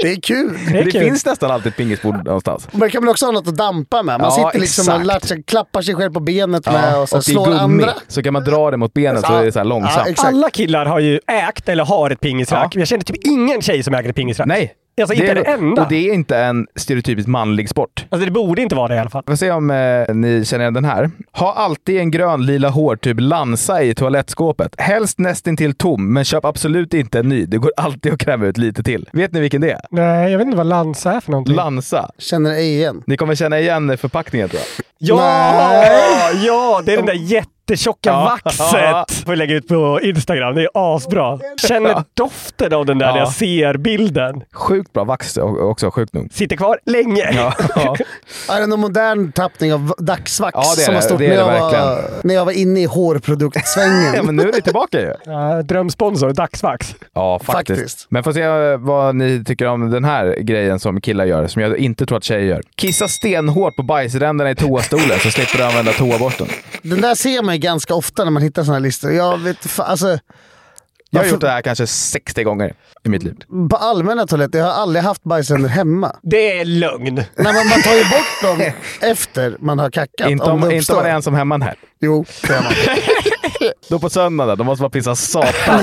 Speaker 1: Det är kul.
Speaker 3: Det,
Speaker 2: kul.
Speaker 3: finns nästan alltid ett pingisbord någonstans.
Speaker 1: Man kan väl också ha något att dampa med. Man
Speaker 3: Ja,
Speaker 1: sitter liksom och
Speaker 3: exakt.
Speaker 1: latchar, klappar sig själv på benet med
Speaker 3: Ja,
Speaker 1: och, så här
Speaker 3: i
Speaker 1: slår
Speaker 3: gummi.
Speaker 1: andra.
Speaker 3: Så kan man dra det mot benet så
Speaker 1: Ja.
Speaker 3: är det så här
Speaker 1: Ja,
Speaker 3: långsamt.
Speaker 1: exakt.
Speaker 2: Alla killar har ju ägt eller har ett pingisrack.
Speaker 3: Ja.
Speaker 2: Jag känner typ ingen tjej som äger ett pingisrack.
Speaker 3: Nej.
Speaker 2: Alltså inte det, enda.
Speaker 3: Och det är inte en stereotypiskt manlig sport.
Speaker 2: Alltså det borde inte vara det i alla fall.
Speaker 3: Vi får se om eh, ni känner igen den här. Ha alltid en grön-lila hårtub Lansa i toalettskåpet. Helst nästintill tom, men köp absolut inte en ny. Det går alltid att kräva ut lite till. Vet ni vilken det är?
Speaker 2: Nej, jag vet inte vad lansa är för någonting.
Speaker 3: Lansa.
Speaker 1: Känner ej igen.
Speaker 3: Ni kommer känna igen förpackningen tror jag.
Speaker 2: ja!
Speaker 1: Nej.
Speaker 2: Ja, det är den där jättetjocka
Speaker 3: Ja.
Speaker 2: vaxet. Får vi lägga ut på Instagram. Det är asbra. Känner doften av den där
Speaker 3: Ja.
Speaker 2: när jag ser bilden.
Speaker 3: Sjukt bra vax o- också, sjukt nog.
Speaker 2: Sitter kvar länge.
Speaker 3: Ja, ja.
Speaker 1: Är det någon modern tappning av dagsvax
Speaker 3: Ja, det är
Speaker 1: som har
Speaker 3: det.
Speaker 1: stått
Speaker 3: Det är
Speaker 1: när, jag
Speaker 3: det
Speaker 1: var,
Speaker 3: verkligen.
Speaker 1: när jag var inne i hårproduktsvängen?
Speaker 3: ja, men nu är det tillbaka ju.
Speaker 2: Ja, drömsponsor, dagsvax.
Speaker 3: Ja, faktiskt.
Speaker 1: Faktiskt.
Speaker 3: Men får se eh, vad ni tycker om den här grejen som killar gör, som jag inte tror att tjejer gör. Kissa stenhårt på bajsränderna i toastolen så slipper du använda toaborsten.
Speaker 1: Den där ser man ju ganska ofta när man hittar sådana listor. Jag vet fa- alltså...
Speaker 3: Jag har
Speaker 1: Varför-
Speaker 3: gjort det här kanske 60 gånger i mitt liv.
Speaker 1: På allmänna toaletter, jag har aldrig haft bajsränder hemma.
Speaker 2: Det är lögn.
Speaker 1: Nej, men man tar ju bort dem efter man har kackat.
Speaker 3: Inte om,
Speaker 1: det
Speaker 3: inte om man
Speaker 1: uppstår.
Speaker 3: är ensam hemma här.
Speaker 1: Jo, det är man.
Speaker 3: Då på söndagen, då måste man pissa satan.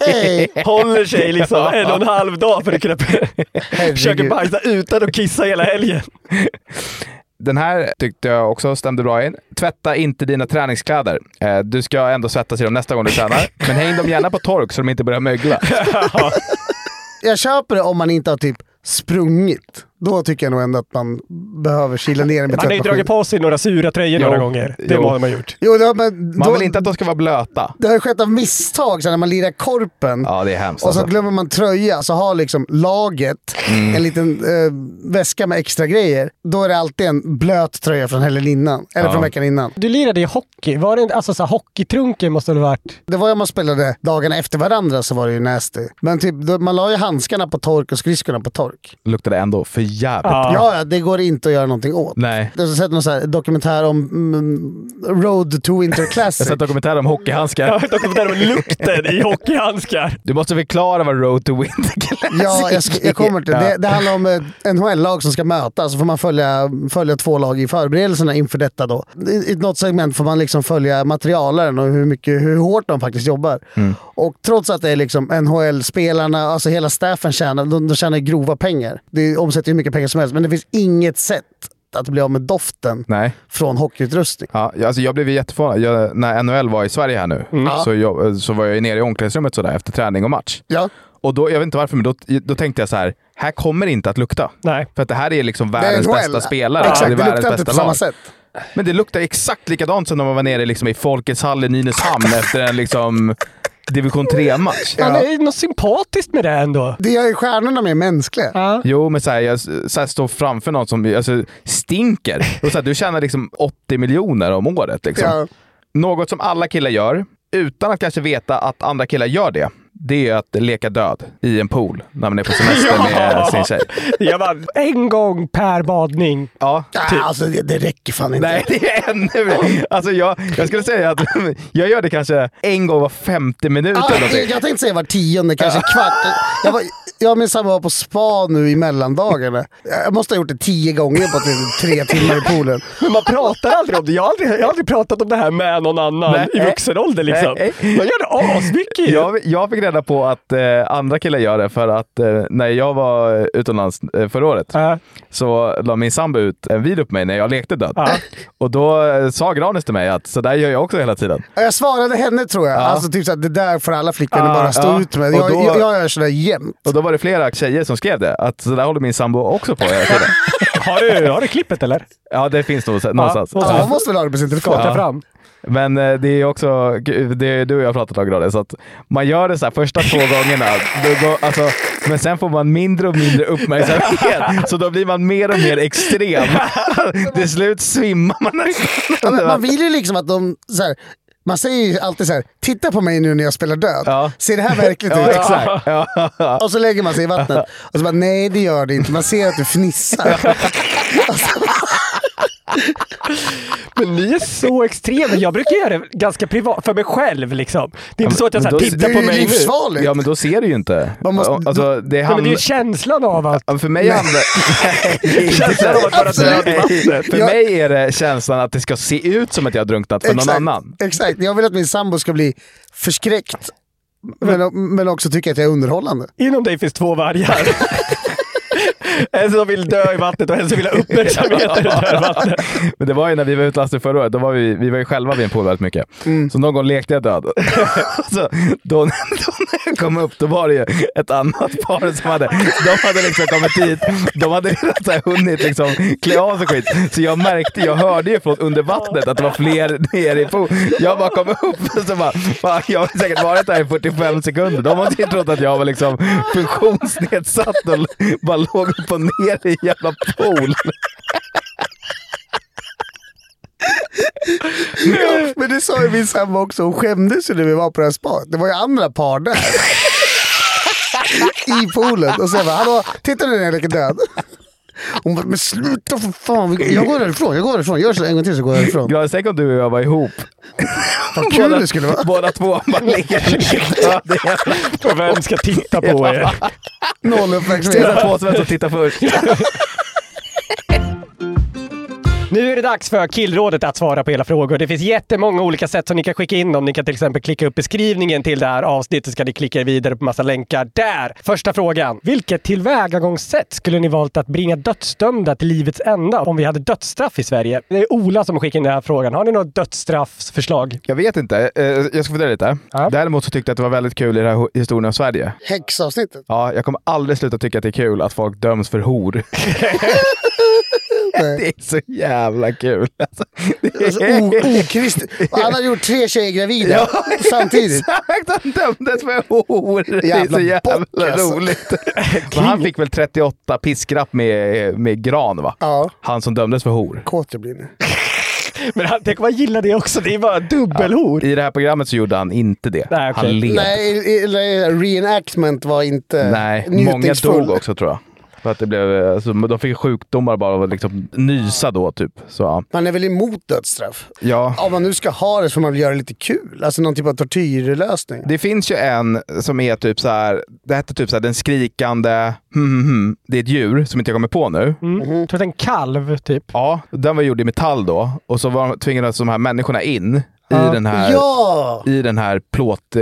Speaker 1: Hej!
Speaker 2: Håller sig liksom en och en halv dag för att kunna försöka bajsa utan att kissa hela helgen.
Speaker 3: Den här tyckte jag också stämde bra in. Tvätta inte dina träningskläder. Eh, Du ska ändå svettas i dem nästa gång du tränar. Men häng dem gärna på tork så de inte börjar mögla.
Speaker 1: Jag köper det om man inte har typ sprungit. Då tycker jag nog ändå att man behöver kila ner med
Speaker 2: Man har ju dragit på sig några sura tröjor
Speaker 1: Jo.
Speaker 2: några gånger. Det
Speaker 1: Jo.
Speaker 2: har man gjort.
Speaker 1: Jo, det har, men,
Speaker 3: Man
Speaker 1: då,
Speaker 3: vill inte att de ska vara blöta.
Speaker 1: det har ju skett av misstag så här, när man lirar korpen.
Speaker 3: Ja, det är hemskt.
Speaker 1: Och så
Speaker 3: alltså.
Speaker 1: glömmer man tröja, så har liksom laget
Speaker 3: Mm.
Speaker 1: en liten eh, väska med extra grejer. Då är det alltid en blöt tröja från helgen innan. Eller
Speaker 2: Ja.
Speaker 1: från veckan innan.
Speaker 2: Du lirade i hockey. Var det inte, alltså så här, hockeytrunken måste det ha varit.
Speaker 1: Det var ju om man spelade dagarna efter varandra så var det ju nasty. Men typ, då- man la ju handskarna på tork och skridskorna på tork.
Speaker 3: Luktar det ändå för jävligt.
Speaker 1: Ja, ja, det går inte att göra någonting åt.
Speaker 3: Nej.
Speaker 1: Jag har sett någon så här dokumentär om mm, Road to Winter
Speaker 3: Jag
Speaker 1: Classic.
Speaker 3: har sett dokumentär om hockeyhandskar.
Speaker 1: Ja, dokumentär om lukten i
Speaker 2: hockeyhandskar.
Speaker 3: Du måste förklara vad Road to Winter Classic
Speaker 1: Ja, jag, ska, jag kommer till det.
Speaker 3: är.
Speaker 1: det. Det handlar om ett NHL-lag som ska mötas, så får man följa, följa två lag i förberedelserna inför detta. Då. I, I något segment får man liksom följa materialaren och hur, mycket, hur hårt de faktiskt jobbar.
Speaker 3: Mm.
Speaker 1: Och trots att det är liksom NHL-spelarna, alltså hela staffen tjänar, de, de tjänar grova pengar. Det omsätter ju mycket pengar som helst, men det finns inget sätt att bli av med doften
Speaker 3: Nej.
Speaker 1: från hockeyutrustning.
Speaker 3: Ja, jag- alltså jag blev ju jätteförvånad. Jag, när NHL var i Sverige här nu
Speaker 1: Mm.
Speaker 3: så, jag, så var jag ju nere i omklädningsrummet sådär efter träning och match. Och då, jag vet inte varför, men då, då tänkte jag så här. Här kommer det inte att lukta. För att det här är liksom
Speaker 1: Det är
Speaker 3: världens
Speaker 1: NHL.
Speaker 3: bästa spelare.
Speaker 1: Exakt,
Speaker 3: är
Speaker 1: det
Speaker 3: världens
Speaker 1: luktar inte
Speaker 3: bästa
Speaker 1: på samma
Speaker 3: lag.
Speaker 1: sätt.
Speaker 3: Men det luktar exakt likadant som när man var nere liksom i Folkets hall i Nynäshamn efter en liksom division 3-match.
Speaker 2: Ja. det är något sympatiskt med det ändå.
Speaker 1: Det gör ju stjärnorna mer mänskliga.
Speaker 3: Jo, men såhär, jag såhär, står framför någon som alltså, stinker. Och såhär, du tjänar liksom 80 miljoner om året. Liksom.
Speaker 1: Ja.
Speaker 3: Något som alla killar gör, utan att kanske veta att andra killar gör det, det är att leka död i en pool när man är på semester med sin tjej.
Speaker 2: Jag vann en gång per badning.
Speaker 3: Ja,
Speaker 1: typ. alltså det, det räcker fan inte.
Speaker 3: Nej, det är ännu mer. Alltså jag, jag skulle säga att jag gör det kanske en gång var 50 minuter.
Speaker 1: Ja,
Speaker 3: eller någonting.
Speaker 1: jag tänkte säga var tionde, kanske kvart. Jag, var, jag och min sambo var på spa nu i mellandagarna. Jag måste ha gjort det tio gånger på typ tre timmar i poolen.
Speaker 2: Men man pratar aldrig om det. Jag har aldrig, jag har aldrig pratat om det här med någon annan
Speaker 3: Nej.
Speaker 2: i vuxen ålder. Liksom.
Speaker 3: Nej.
Speaker 2: Man gör det asmycket ju.
Speaker 3: jag, jag fick reda på att eh, andra killar gör det för att eh, när jag var utomlands eh, förra året så la min sambo ut en video på mig när jag lekte död. Och då eh, sa Granis till mig att så där gör jag också hela tiden.
Speaker 1: Ja, Jag svarade henne tror jag. Alltså typ såhär, det där får alla flickvänner
Speaker 3: Ja,
Speaker 1: bara stå
Speaker 3: ja.
Speaker 1: ut med.
Speaker 3: Och
Speaker 1: Jag,
Speaker 3: då-
Speaker 1: jag, jag gör sådär jämt.
Speaker 3: Och då var det flera tjejer som skrev det, att så där håller min sambo också på hela tiden.
Speaker 2: har, du, har du klippet eller?
Speaker 3: Ja, det finns nog någonstans.
Speaker 1: Ja, hon måste väl ha det på sin telefon.
Speaker 3: Ja. Men eh, det är också, gud, det är du och jag har pratat om Granis, att man gör det så här första två gångerna, då går, alltså, men sen får man mindre och mindre uppmärksamhet. Så då blir man mer och mer extrem. Till slut svimmar man
Speaker 1: Ja,
Speaker 3: nästan.
Speaker 1: men Man vill ju liksom att de... Så här, man säger ju alltid så här, titta på mig nu när jag spelar död. Ser det här verkligt
Speaker 3: Ja,
Speaker 1: ut?
Speaker 3: exakt.
Speaker 1: Och så lägger man sig i vattnet. Och så bara, nej det gör det inte. Man ser att du fnissar.
Speaker 2: Men ni är så extrema. Jag brukar göra det ganska privat, för mig själv. Liksom. Det är inte så att jag så här,
Speaker 3: Men då-
Speaker 2: tittar på mig nu.
Speaker 3: Ja, men då ser du ju inte. alltså,
Speaker 2: Ja,
Speaker 3: det
Speaker 2: men det är
Speaker 3: handlar...
Speaker 2: ju känslan av att...
Speaker 3: För mig handlar...
Speaker 2: Känslan av att vara död i vattnet.
Speaker 3: För mig är det känslan att det ska se ut som att jag har drunknat för någon annan.
Speaker 1: Exakt. Jag vill att min sambo ska bli förskräckt. Men, men också tycka att jag är underhållande.
Speaker 2: Inom dig finns två vargar. en som vill dö i vattnet och en som vill ha uppmärksamhet när du dör i vattnet.
Speaker 3: Men det var ju när vi var utlands förra året, då var vi, vi var ju själva vid en pool väldigt mycket. Så någon gång lekte jag död. så då, då när jag kom upp, då var det ju ett annat par som hade, de hade liksom kommit dit, de hade redan så här hunnit liksom klä av sig skit. Så jag märkte, jag hörde ju från under vattnet att det var fler nere i pool. Jag bara kom upp och så bara, fan, jag har säkert varit där i 45 sekunder. De måste ju trott att jag var liksom funktionsnedsatt och bara låg upp och ner i en jävla pool.
Speaker 1: Ja, men det sa ju min sambo också. Hon skämdes ju när vi var på det här spat. Det var ju andra par där. I poolen. Och så jag bara, hallå, titta nu när jag leker död. Hon bara, men sluta för fan. Jag går därifrån, jag går därifrån. Gör så en gång till så går jag därifrån.
Speaker 3: Granis, tänk om du och jag var ihop.
Speaker 1: Vad kul det skulle vara.
Speaker 3: Båda två bara ligger
Speaker 2: Och vem ska titta på er?
Speaker 1: Noll
Speaker 3: Stirrar
Speaker 1: uppmärksamhet.
Speaker 3: på oss vem som tittar först.
Speaker 2: Nu är det dags för Killrådet att svara på era frågor. Det finns jättemånga olika sätt som ni kan skicka in dem. Ni kan till exempel klicka upp beskrivningen till det här avsnittet så kan ni klicka er vidare på massa länkar där. Första frågan. Vilket tillvägagångssätt skulle ni valt att bringa dödsdömda till livets ända om vi hade dödsstraff i Sverige? Det är Ola som skickar in den här frågan. Har ni något dödsstraffsförslag?
Speaker 3: Jag vet inte. Eh, Jag ska fundera lite. Däremot så tyckte jag att det var väldigt kul i den här ho- historien om Sverige.
Speaker 1: Häxavsnittet.
Speaker 3: Ja, jag kommer aldrig sluta tycka att det är kul att folk döms för hor. det är så jävla kul. Alltså, det
Speaker 1: Alltså, o- okristligt. Och Han har gjort tre tjejer gravida
Speaker 3: Ja,
Speaker 1: samtidigt.
Speaker 3: Exakt, han dömdes för hor. Det är
Speaker 1: Jävla
Speaker 3: så jävla
Speaker 1: bock, alltså.
Speaker 3: roligt. Men han fick väl 38 piskrapp med, med gran, va?
Speaker 1: Ja.
Speaker 3: Han som dömdes för hor.
Speaker 1: Kåt jag blir nu.
Speaker 2: Men han, tänk om han gillar det också. Det är bara dubbelhor.
Speaker 3: I det här programmet så gjorde han inte det.
Speaker 2: Nej, okej.
Speaker 3: Han led.
Speaker 1: Nej, eller reenactment var inte
Speaker 3: Nej, många
Speaker 1: njutningsfull.
Speaker 3: dog också tror jag. För att det blev, alltså, de fick sjukdomar bara av att liksom nysa då typ. Så, ja.
Speaker 1: Man är väl emot dödsstraff?
Speaker 3: ja.
Speaker 1: Om man nu ska ha det så får man väl göra det lite kul. Alltså någon typ av tortyrlösning.
Speaker 3: Det finns ju en som är typ så här, det hette typ så här, den skrikande, hmm, hmm, hmm. det är ett djur som inte jag kommer på nu.
Speaker 2: Mm. Jag tror att en kalv, typ.
Speaker 3: Ja, den var gjord i metall då och så var, tvingades de här människorna in i
Speaker 2: Ja.
Speaker 3: den här
Speaker 1: Ja!
Speaker 3: i den här plåt, eh,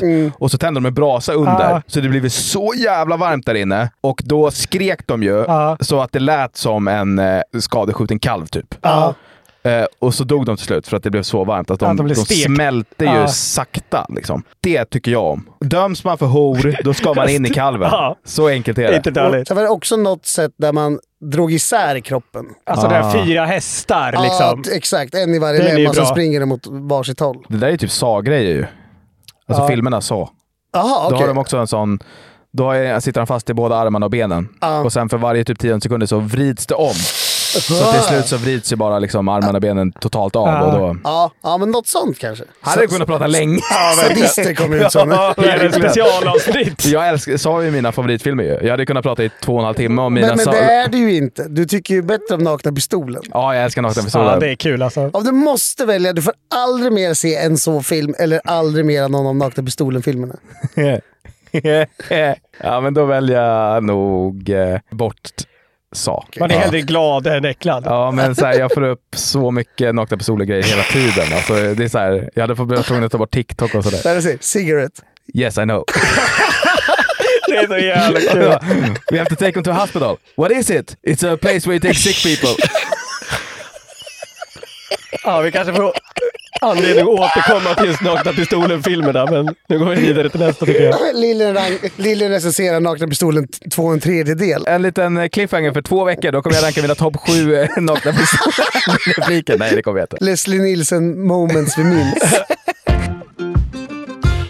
Speaker 2: Ja. Mm.
Speaker 3: Och så tände de en brasa under,
Speaker 2: Ja.
Speaker 3: så det blev så jävla varmt där inne. Och då skrek de ju
Speaker 2: Ja.
Speaker 3: så att det lät som en eh, skadeskjuten kalv typ.
Speaker 2: Ja.
Speaker 3: Eh, och så dog de till slut för att det blev så varmt att de,
Speaker 2: Ja, de blev stek.
Speaker 3: smälte ju
Speaker 2: Ja.
Speaker 3: sakta. Liksom. Det tycker jag om. Döms man för hor, då ska man in i kalven.
Speaker 2: Ja.
Speaker 3: Så enkelt är det.
Speaker 2: Inte dåligt.
Speaker 1: Sen var det också något sätt där man drog isär kroppen.
Speaker 2: Alltså det här
Speaker 3: Ah.
Speaker 2: fyra hästar
Speaker 1: Ja,
Speaker 2: liksom.
Speaker 1: t- exakt. En i varje
Speaker 2: Den är
Speaker 1: lem och sen
Speaker 2: bra.
Speaker 1: springer de åt varsitt håll.
Speaker 3: Det där är typ Sa-grejer ju. Alltså
Speaker 2: Ja.
Speaker 3: filmerna Sa.
Speaker 1: Jaha,
Speaker 3: Då har
Speaker 1: okej.
Speaker 3: de också en sån... Då är- sitter han fast i båda armarna och benen.
Speaker 1: Ja.
Speaker 3: Och sen för varje typ 10 sekunder så vrids det om. Så till slut så vrids ju bara liksom armarna och benen totalt av. Och då...
Speaker 1: Ja, ja, men något sånt kanske.
Speaker 3: Hade jag kunnat prata länge.
Speaker 1: Sadister kom ut som.
Speaker 3: Ja,
Speaker 2: Det är ett
Speaker 3: verkligen.
Speaker 2: specialavsnitt.
Speaker 3: Jag älskar, sa ju mina favoritfilmer ju. Jag hade kunnat prata i två och en halv timme om mina...
Speaker 1: Men, men
Speaker 3: sa-
Speaker 1: det är du ju inte. Du tycker ju bättre om Nakna Pistolen.
Speaker 3: Ja, jag älskar Nakna
Speaker 2: Ja,
Speaker 3: Pistolen.
Speaker 2: det är kul alltså.
Speaker 1: Om du måste välja, du får aldrig mer se en så film eller aldrig mer någon av Nakna Pistolen-filmerna.
Speaker 3: ja, men då väljer jag nog eh, bort Sa.
Speaker 2: Man är
Speaker 3: Ja.
Speaker 2: hellre glad än äcklad.
Speaker 3: Ja, men så här, jag får upp så mycket nakna pistoler-grejer hela tiden. Alltså, det är så här, jag hade fått bli tvungen att ta bort TikTok och sådär.
Speaker 1: Där du ser, Cigarette.
Speaker 3: Yes, I know.
Speaker 2: Det är så jävla kul.
Speaker 3: Ja. We have to take them to a hospital. What is it? It's a place where you take sick people.
Speaker 2: Ja, vi kanske får anledning att återkomma till just Nakna Pistolen-filmerna, men nu går vi vidare till nästa tycker jag.
Speaker 1: Lillen rang- Lillen recenserar Nakna Pistolen t- två och en tredjedel.
Speaker 3: En liten eh, cliffhanger för två veckor. Då kommer jag ranka mina topp sju eh, nakna pistoler. Nej, det kommer jag inte.
Speaker 1: Leslie Nielsen moments vi minns.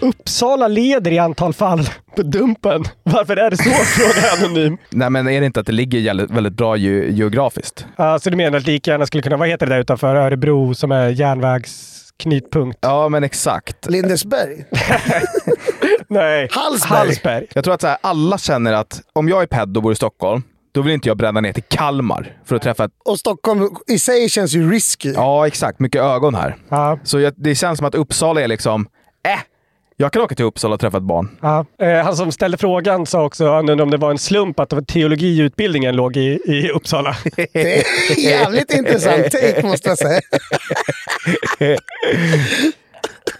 Speaker 2: Uppsala leder i antal fall på Dumpen. Varför är det så? Frågar Anonym.
Speaker 3: Nej, men är det inte att det ligger jävligt- väldigt bra ge- geografiskt?
Speaker 2: Ja, så du menar att lika gärna skulle kunna, vad heter det där utanför Örebro som är järnvägsknutpunkt?
Speaker 3: Ja, men exakt.
Speaker 1: Lindesberg.
Speaker 2: Nej.
Speaker 1: Hallsberg.
Speaker 2: Hallsberg.
Speaker 3: Jag tror att så här, alla känner att om jag är peddo och bor i Stockholm, då vill inte jag bränna ner till Kalmar för att träffa ett
Speaker 1: Och Stockholm i sig känns ju risky.
Speaker 3: Ja, exakt. Mycket ögon här.
Speaker 2: Ja.
Speaker 3: Så jag, det känns som att Uppsala är liksom, äh, jag kan åka till Uppsala och träffa ett barn.
Speaker 2: Ja. Eh, han som ställde frågan sa också, han undrade om det var en slump att det var teologiutbildningen låg i, i Uppsala.
Speaker 1: Det är jävligt intressant take måste jag säga.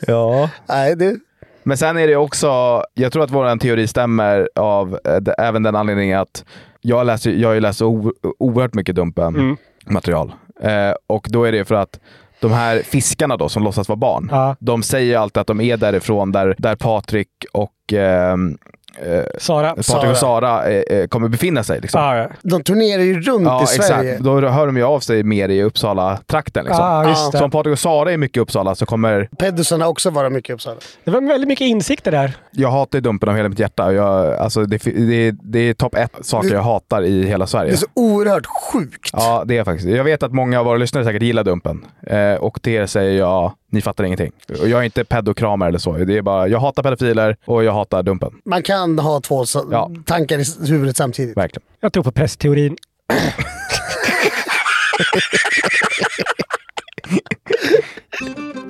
Speaker 3: Ja.
Speaker 1: Nej, du.
Speaker 3: Men sen är det också, jag tror att vår teori stämmer av eh, d- även den anledningen att jag, läser, jag har ju läst o, oerhört mycket Dumpen material. Eh, och då är det för att de här fiskarna då som låtsas vara barn,
Speaker 2: Ja.
Speaker 3: de säger ju alltid att de är därifrån där, där Patrik och ehm,
Speaker 2: Sara.
Speaker 3: Patrik och Sara eh, eh, kommer befinna sig. Liksom.
Speaker 2: Ja, ja.
Speaker 1: De turnerar ju runt i Sverige.
Speaker 3: Då hör de ju av sig mer i Uppsala-trakten. Liksom.
Speaker 2: Ja, just det.
Speaker 3: Så om Patrik och Sara är mycket i Uppsala så kommer...
Speaker 1: Peddusarna också vara mycket i Uppsala.
Speaker 2: Det var väldigt mycket insikter där.
Speaker 3: Jag hatar ju Dumpen av hela mitt hjärta. Jag, alltså, det, det, det är topp ett saker jag hatar i hela
Speaker 1: Det
Speaker 3: Sverige.
Speaker 1: är så oerhört sjukt.
Speaker 3: Ja, det är faktiskt. Jag vet att många av våra lyssnare säkert gillar Dumpen. Eh, och till er säger jag, ni fattar ingenting. Och jag är inte pedokramare eller så. Det är bara, jag hatar pedofiler och jag hatar Dumpen.
Speaker 1: Man kan ha två så-
Speaker 3: Ja.
Speaker 1: tankar i huvudet samtidigt.
Speaker 3: Verkligen.
Speaker 2: Jag tror på pressteorin.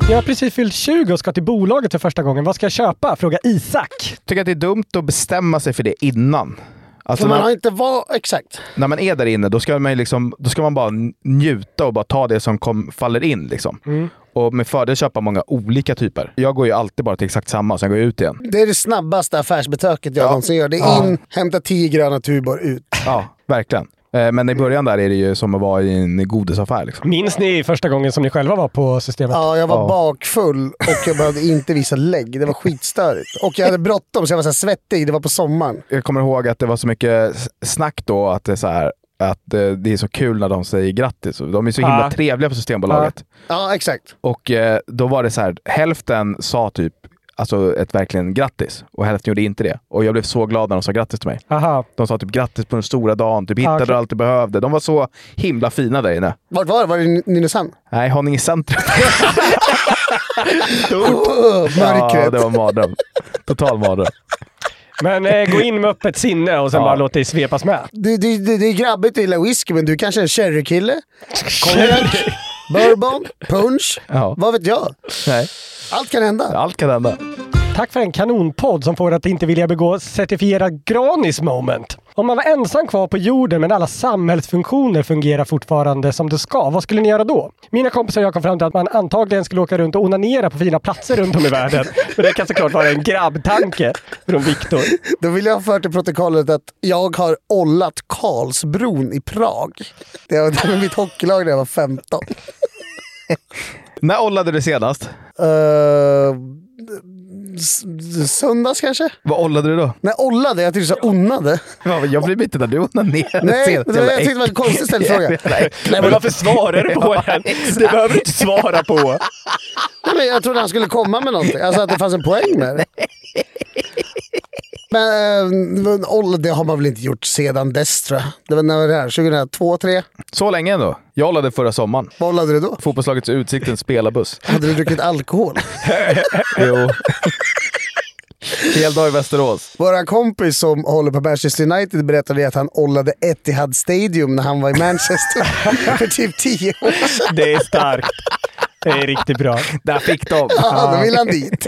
Speaker 2: Jag har precis fyllt 20 och ska till bolaget för första gången. Vad ska jag köpa? Frågar Isak.
Speaker 3: tycker att det är dumt att bestämma sig för det innan. Alltså,
Speaker 1: För man
Speaker 3: när-
Speaker 1: har inte var... Exakt.
Speaker 3: när man är där inne, då ska man, ju liksom, då ska man bara n- njuta och bara ta det som kom, faller in. Liksom.
Speaker 1: Mm.
Speaker 3: Och med fördel köpa många olika typer. Jag går ju alltid bara till exakt samma och sen går jag ut igen.
Speaker 1: Det är det snabbaste affärsbesöket jag någonsin gör. Det är
Speaker 3: Ja.
Speaker 1: in, hämta tio gröna tubor, ut.
Speaker 3: Ja, verkligen. Eh, Men i början där är det ju som att vara i en godisaffär. Liksom.
Speaker 2: Minns ni första gången som ni själva var på systemet?
Speaker 1: Ja, jag var
Speaker 2: Ja.
Speaker 1: bakfull och jag behövde inte visa lägg. Det var skitstörigt. Och jag hade bråttom så jag var så här svettig. Det var på sommaren.
Speaker 3: Jag kommer ihåg att det var så mycket s- snack då att det är så här att eh, det är så kul när de säger grattis. De är så himla
Speaker 1: Ja.
Speaker 3: trevliga på Systembolaget.
Speaker 1: Ja, exakt.
Speaker 3: Och eh, då var det så här, hälften sa typ alltså ett verkligen grattis och hälften gjorde inte det. Och jag blev så glad när de sa grattis till mig.
Speaker 2: Aha.
Speaker 3: De sa typ grattis på den stora dagen, typ hittade
Speaker 1: Ah, okej.
Speaker 3: allt du behövde. De var så himla fina där inne.
Speaker 1: Vart var det? Var det i Nynäshamn?
Speaker 3: Nej, Haninge centrum.
Speaker 1: Oh,
Speaker 3: ja,
Speaker 1: mörkret.
Speaker 3: det var en mardröm. Total mardröm.
Speaker 2: Men eh, gå in med öppet sinne och sen bara låt dig svepas med.
Speaker 1: Det, det, det, det är grabbigt att gilla whisky, men du kanske är en sherrykille? Konjak? Bourbon? Punch?
Speaker 3: Ja.
Speaker 1: Vad vet jag?
Speaker 3: Nej.
Speaker 1: Allt kan hända.
Speaker 3: Allt kan hända.
Speaker 2: Tack för en kanonpodd som får att inte vilja begå certifierad granis moment. Om man var ensam kvar på jorden men alla samhällsfunktioner fungerar fortfarande som det ska, vad skulle ni göra då? Mina kompisar och jag kom fram till att man antagligen skulle åka runt och onanera på fina platser runt om i världen. Men det kan såklart vara en grabbtanke från Viktor.
Speaker 1: Då vill jag ha fört till protokollet att jag har ollat Karlsbron i Prag. Det var det var mitt hockeylag när jag var 15.
Speaker 3: När ollade du senast?
Speaker 1: Eh, s- söndags kanske?
Speaker 3: Vad ollade du då?
Speaker 1: Nej, ollade. Jag tyckte så onnade.
Speaker 3: Ja, Jag blir biten när du onanerar.
Speaker 1: Nej,
Speaker 3: senast.
Speaker 1: det var- jag
Speaker 3: Jävla
Speaker 1: tyckte det var en
Speaker 3: äck-
Speaker 1: konstig ställd fråga.
Speaker 3: Jävla äcklig.
Speaker 1: Nej, men varför svarar du på
Speaker 3: Ja,
Speaker 1: den?
Speaker 3: exakt.
Speaker 1: Det behöver du inte svara
Speaker 2: på.
Speaker 1: Nej, men jag trodde han skulle komma med någonting. Alltså att det fanns en poäng med det. Men, eh, men oll, det har man väl inte gjort sedan dess tror jag. Det var när var det här? 2002, 2003?
Speaker 3: Så länge ändå. Jag ollade förra sommaren.
Speaker 1: Vad ollade du då?
Speaker 3: Fotbollslagets Utsikten spelarbuss.
Speaker 1: Hade du druckit alkohol?
Speaker 3: jo. Hel dag i Västerås.
Speaker 1: Våra kompis som håller på Manchester United berättade att han ollade Etihad Stadium när han var i Manchester för typ 10 år sedan.
Speaker 2: Det är starkt. Det är riktigt bra.
Speaker 3: Där fick de.
Speaker 1: Ja, då vill han dit.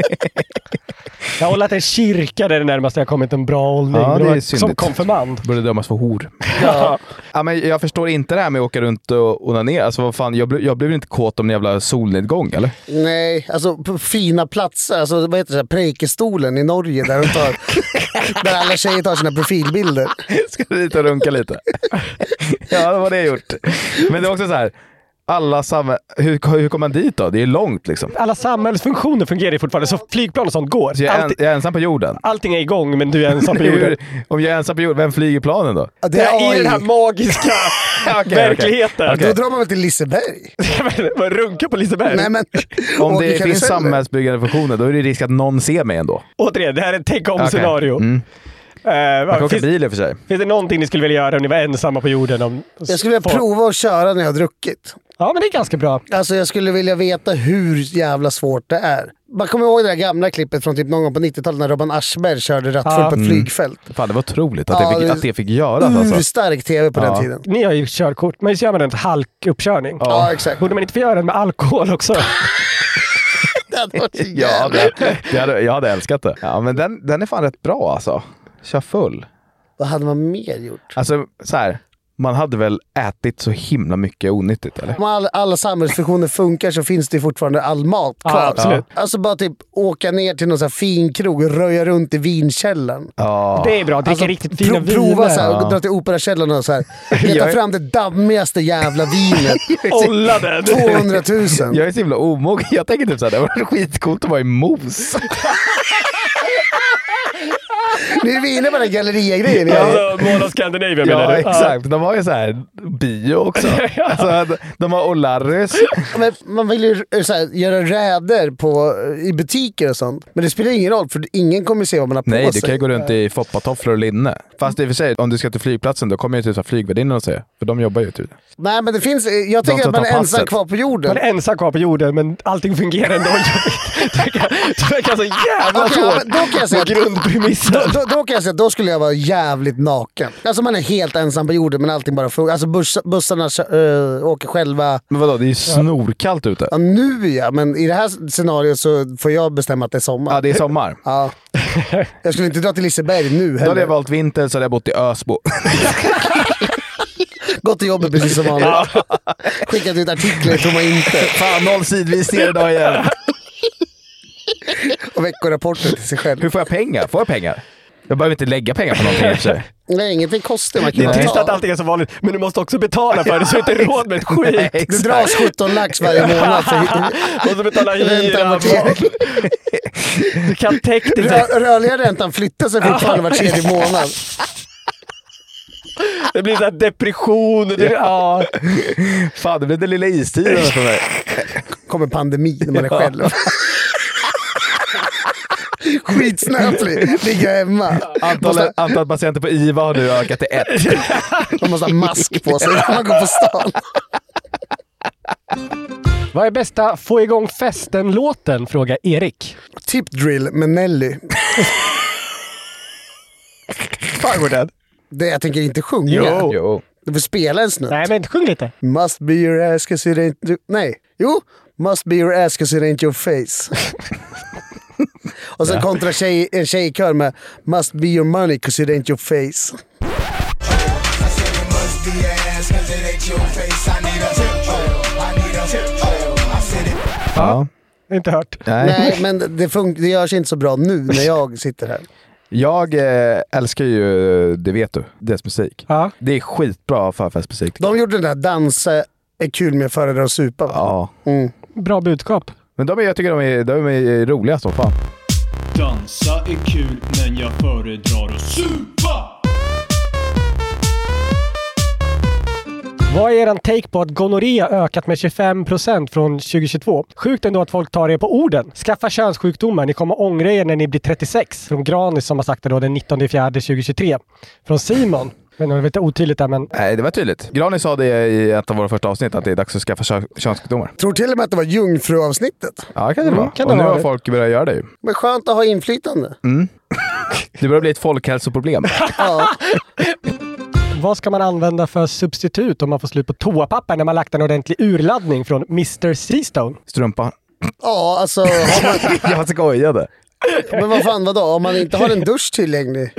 Speaker 2: Jag har hållit en kyrka, det är det närmaste jag kommit en bra hållning.
Speaker 3: Ja,
Speaker 2: Men
Speaker 3: det
Speaker 2: var
Speaker 3: är
Speaker 2: Som
Speaker 3: syndigt.
Speaker 2: konfirmand.
Speaker 3: Borde dömas för hor.
Speaker 2: Ja.
Speaker 3: Ja, men jag förstår inte det här med att åka runt och onanera. Alltså, vad fan, jag, blir, jag blir väl inte kåt om en jävla solnedgång, eller?
Speaker 1: Nej, alltså på fina platser. Alltså, vad heter det? Preikestolen i Norge där, de tar, där alla tjejer tar sina profilbilder.
Speaker 3: Ska du dit och runka lite? ja, det var det jag gjort. Men det är också så här, alla samma... Hur, hur kommer man dit då? Det är långt liksom.
Speaker 2: Alla samhällsfunktioner fungerar ju fortfarande, så flygplan och sånt går.
Speaker 3: Så jag, är en,
Speaker 2: Allting-
Speaker 3: jag är ensam på jorden.
Speaker 2: Allting är igång, men du är ensam på jorden.
Speaker 3: Hur- om jag är ensam på jorden, vem flyger planen då?
Speaker 1: Ja, det är
Speaker 2: I
Speaker 1: AI.
Speaker 2: den här magiska verkligheten.
Speaker 1: Då drar man väl till Liseberg?
Speaker 2: Vad runka på Liseberg?
Speaker 1: Nej, men,
Speaker 3: Om
Speaker 1: och i
Speaker 3: det finns
Speaker 1: karuseller.
Speaker 3: samhällsbyggande funktioner, då är det risk att någon ser mig ändå.
Speaker 2: Återigen, det här är ett tänk
Speaker 3: Okej.
Speaker 2: om-scenario.
Speaker 3: Mm. Man kan åka
Speaker 2: finns,
Speaker 3: bil i och för sig.
Speaker 2: finns det någonting ni skulle vilja göra om ni var ensamma på jorden? Om,
Speaker 1: Jag skulle vilja
Speaker 2: på-
Speaker 1: prova att köra när jag har druckit.
Speaker 2: Ja, men det är ganska bra.
Speaker 1: Alltså jag skulle vilja veta hur jävla svårt det är. Man kommer ihåg det där gamla klippet från typ någon gång på 90-talet när Robban Aschberg körde rattfull
Speaker 2: Ja.
Speaker 1: på ett
Speaker 2: Mm.
Speaker 1: flygfält.
Speaker 3: Fan, det var otroligt att,
Speaker 1: Ja,
Speaker 3: det, fick,
Speaker 1: det-
Speaker 3: att det fick göras alltså.
Speaker 1: Urstark tv på
Speaker 3: Ja.
Speaker 1: den tiden.
Speaker 2: Ni har ju körkort, men så gör man en halkuppkörning.
Speaker 1: Ja, exakt.
Speaker 2: Borde man inte få göra den med alkohol också?
Speaker 1: Det hade varit så
Speaker 3: Ja,
Speaker 1: jävla...
Speaker 3: det, det hade, jag hade älskat det. Ja, men den, den är fan rätt bra alltså. Kör full.
Speaker 1: Vad hade man mer gjort?
Speaker 3: Alltså, så här. Man hade väl ätit så himla mycket onyttigt, eller?
Speaker 1: Om alla, alla samhällsfunktioner funkar så finns det fortfarande all mat
Speaker 3: Ja,
Speaker 1: kvar.
Speaker 3: absolut.
Speaker 1: Alltså bara typ åka ner till någon så här fin krog och röja runt i vinkällaren.
Speaker 3: Ja.
Speaker 2: Det är bra, dricka riktigt fina
Speaker 1: pro- Alltså, Prova
Speaker 2: viner.
Speaker 1: så här,
Speaker 2: Ja.
Speaker 1: dra till Operakällaren och så här. leta
Speaker 3: Jag är-
Speaker 1: fram det dammigaste jävla vinet. Typ
Speaker 2: Olla den!
Speaker 1: 200 000.
Speaker 3: Jag är så himla omogen. Jag tänker typ såhär, det var skitcoolt att vara i mos.
Speaker 1: Nu är vi inne på den här galleria-grejen igen.
Speaker 2: Alltså, Mall of Scandinavia menar
Speaker 3: Ja,
Speaker 2: du?
Speaker 3: exakt. De har ju såhär bio också. Alltså, de har O'Larrys.
Speaker 1: Men man vill ju eh, så här, göra räder på, eh, i butiker och sånt. Men det spelar ingen roll för ingen kommer se vad man har på sig.
Speaker 3: Nej, du kan ju gå runt i foppatofflor och linne. Fast i och för sig, om du ska till flygplatsen då kommer ju typ så här flygvärdinnan och säga, för de jobbar ju typ.
Speaker 1: Nej, men det finns... eh, Jag
Speaker 3: De
Speaker 1: tänker att
Speaker 3: som
Speaker 1: man
Speaker 3: tar
Speaker 1: är ensam
Speaker 3: passet.
Speaker 1: kvar på
Speaker 2: Man
Speaker 1: jorden.
Speaker 2: är ensam kvar på jorden, men allting fungerar ändå. Det verkar- det verkar så jävla
Speaker 1: Okej, ja, men då kan jag säga
Speaker 2: svårt.
Speaker 1: att-
Speaker 2: Grundpremissen.
Speaker 1: Då, då, då kan jag säga att då skulle jag vara jävligt naken. Alltså man är helt ensam på jorden men allting bara funkar. Alltså bur- buss, bussarna kö- eh, åker själva.
Speaker 3: Men vadå, det är ju snorkallt ute.
Speaker 1: Ja, nu ja, men i det här scenariot så får jag bestämma att det är sommar.
Speaker 3: Ja, det är sommar.
Speaker 1: Ja. Jag skulle inte dra till Liseberg nu
Speaker 3: Då hade
Speaker 1: heller.
Speaker 3: jag valt vinter så hade jag bott i Ösbo.
Speaker 1: Gått till jobbet precis som vanligt. Skickat ut artiklar i tomma intet.
Speaker 3: Fan, noll sidvisningar idag igen.
Speaker 1: Och veckorapporter till sig själv.
Speaker 3: Hur får jag pengar? Får jag pengar? Jag behöver inte lägga pengar på någonting i och för sig.
Speaker 1: Nej, ingenting kostar. Man
Speaker 2: Det
Speaker 1: kan
Speaker 2: är
Speaker 1: bara
Speaker 2: trist
Speaker 1: ta.
Speaker 2: att allting är som vanligt, men du måste också betala för det så du har inte råd med ett
Speaker 3: Nej,
Speaker 2: skit.
Speaker 1: Det
Speaker 3: exakt.
Speaker 1: dras 17 lax varje månad. För...
Speaker 2: Och så betala
Speaker 1: Ränta
Speaker 2: hyra.
Speaker 1: amortering.
Speaker 2: Du kan täcka det. där.
Speaker 1: Rör, rörliga räntan flyttar sig fortfarande var tredje månad.
Speaker 2: Det blir så här depression. och Det, ja.
Speaker 3: Fan, det blev den lilla istiden för mig.
Speaker 1: kommer pandemi när man är själv. Skitsnöplig. Ligger hemma.
Speaker 3: Antalet, antalet patienter på IVA har nu ökat till ett.
Speaker 1: Man måste ha mask på sig när man går på stan.
Speaker 2: Vad är bästa få igång festen-låten? Frågar Erik.
Speaker 1: Tip Typ drill med Nelly.
Speaker 3: Fan går den?
Speaker 1: Det, jag tänker inte sjunga.
Speaker 3: Jo.
Speaker 1: Du får spela en snutt.
Speaker 2: Nej, men sjung lite.
Speaker 1: Must be your ass 'cause it ain't... du- Nej. Jo. Must be your ass 'cause it ain't your face. Och sen kontra tjej, en tjejkör med Must be your money 'cause it ain't your face.
Speaker 3: Ja.
Speaker 2: Inte hört.
Speaker 3: Nej.
Speaker 1: Nej, men det, fun- det görs inte så bra nu när jag sitter här.
Speaker 3: Jag eh, älskar ju, eh, det vet du, deras musik.
Speaker 2: Ja.
Speaker 3: Det är skitbra förfestmusik.
Speaker 1: De gjorde den där dansa är kul med föredrar att supa va?
Speaker 3: Ja.
Speaker 1: Mm.
Speaker 2: Bra budskap.
Speaker 3: Men de är, jag tycker de är, de är roliga som fan.
Speaker 9: Dansa är kul, men jag föredrar att supa!
Speaker 2: Vad är eran take på att gonorré har ökat med 25% från 2022? Sjukt ändå att folk tar er på orden. Skaffa könssjukdomar, ni kommer ångra er när ni blir 36. Från Granis som har sagt det då den 19 4 2023. Från Simon. Men det var lite otydligt där men...
Speaker 3: Nej, det var tydligt. Granis sa det i ett av våra första avsnitt, att det är dags att skaffa kö- könssjukdomar.
Speaker 1: Tror till och med att det var jungfruavsnittet.
Speaker 3: Ja, kan det
Speaker 2: Mm,
Speaker 3: vara.
Speaker 2: kan det
Speaker 3: och nu
Speaker 2: vara
Speaker 3: har
Speaker 2: det.
Speaker 3: folk börjat göra det ju.
Speaker 1: Men skönt att ha inflytande.
Speaker 3: Mm. Det börjar bli ett folkhälsoproblem.
Speaker 1: Ja.
Speaker 2: Vad ska man använda för substitut om man får slut på toapapper när man lagt en ordentlig urladdning från Mr. Seastone?
Speaker 3: Strumpa.
Speaker 1: ja, alltså. har Man,
Speaker 3: Jag skojade.
Speaker 1: men vad fan vadå? Om man inte har en dusch tillgänglig.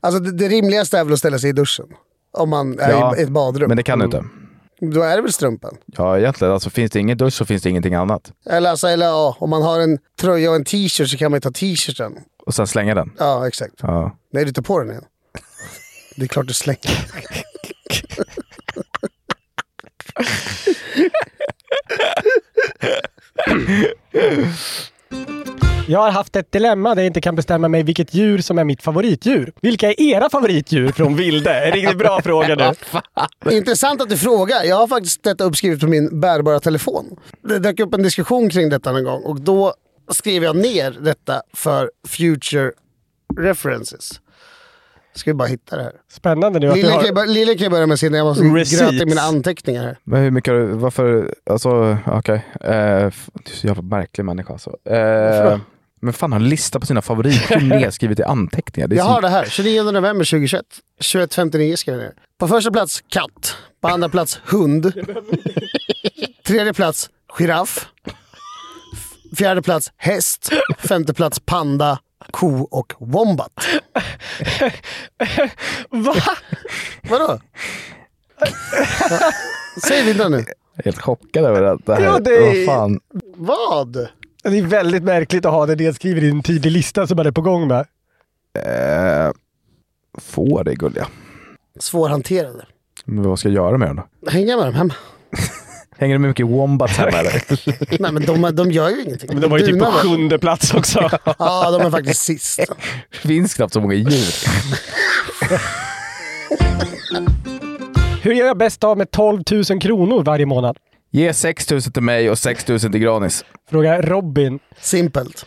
Speaker 1: Alltså det, det rimligaste är väl att ställa sig i duschen. Om man är
Speaker 3: Ja,
Speaker 1: i ett badrum.
Speaker 3: Men det kan du inte.
Speaker 1: Då är det väl strumpan.
Speaker 3: Ja, egentligen. Alltså, finns det ingen dusch så finns det ingenting annat.
Speaker 1: Eller, alltså, eller ja, om man har en tröja och en t-shirt så kan man ju ta t-shirten.
Speaker 3: Och sen slänga den.
Speaker 1: Ja, exakt.
Speaker 3: Ja.
Speaker 1: Nej, du tar på den igen. Det är klart du slänger.
Speaker 2: Jag har haft ett dilemma där jag inte kan bestämma mig vilket djur som är mitt favoritdjur. Vilka är era favoritdjur från vilde? En riktigt bra fråga nu.
Speaker 1: Intressant att du frågar. Jag har faktiskt detta uppskrivet på min bärbara telefon. Det dök upp en diskussion kring detta någon gång och då skrev jag ner detta för future references. Ska vi bara hitta det här.
Speaker 2: Spännande nu att du
Speaker 1: Lille kan,
Speaker 2: har...
Speaker 1: ju börja- Lille kan ju börja med sin, jag måste
Speaker 2: Receipts.
Speaker 1: gröta i mina anteckningar här.
Speaker 3: Men hur mycket har du... Varför... Alltså, okej. Eh, f- du är så jävla märklig människa alltså.
Speaker 2: då?
Speaker 3: Eh, men fan, har en lista på sina favoriter nedskrivet i anteckningar. Det är
Speaker 1: Jag
Speaker 3: så-
Speaker 1: har det här, 29 november 2021. 21.59 skrev jag ner. På första plats katt. På andra plats hund. Tredje plats giraff. F- Fjärde plats häst. Femte plats panda, ko och wombat.
Speaker 2: Va?
Speaker 1: Vadå? Säg vidare nu.
Speaker 3: Jag är helt chockad över att det här.
Speaker 2: Ja, det är-
Speaker 3: Vad fan.
Speaker 1: Vad?
Speaker 2: Det är väldigt märkligt att ha det nedskrivet i en tydlig lista som man är på gång med.
Speaker 3: Eh, får det gulliga.
Speaker 1: Svårhanterade.
Speaker 3: Men vad ska jag göra med dem då?
Speaker 1: Hänga med dem hemma.
Speaker 3: Hänger det mycket wombats hemma eller?
Speaker 1: Nej men de, de gör ju ingenting.
Speaker 2: Men de var ju typ på
Speaker 1: Dunar väl?
Speaker 2: sjunde plats också.
Speaker 1: Ja, de är faktiskt sist.
Speaker 3: finns knappt så många djur.
Speaker 2: Hur gör jag bäst av med 12 000 kronor varje månad?
Speaker 3: Ge 6 000 till mig och 6 000 till Granis.
Speaker 2: Frågar Robin.
Speaker 1: Simpelt.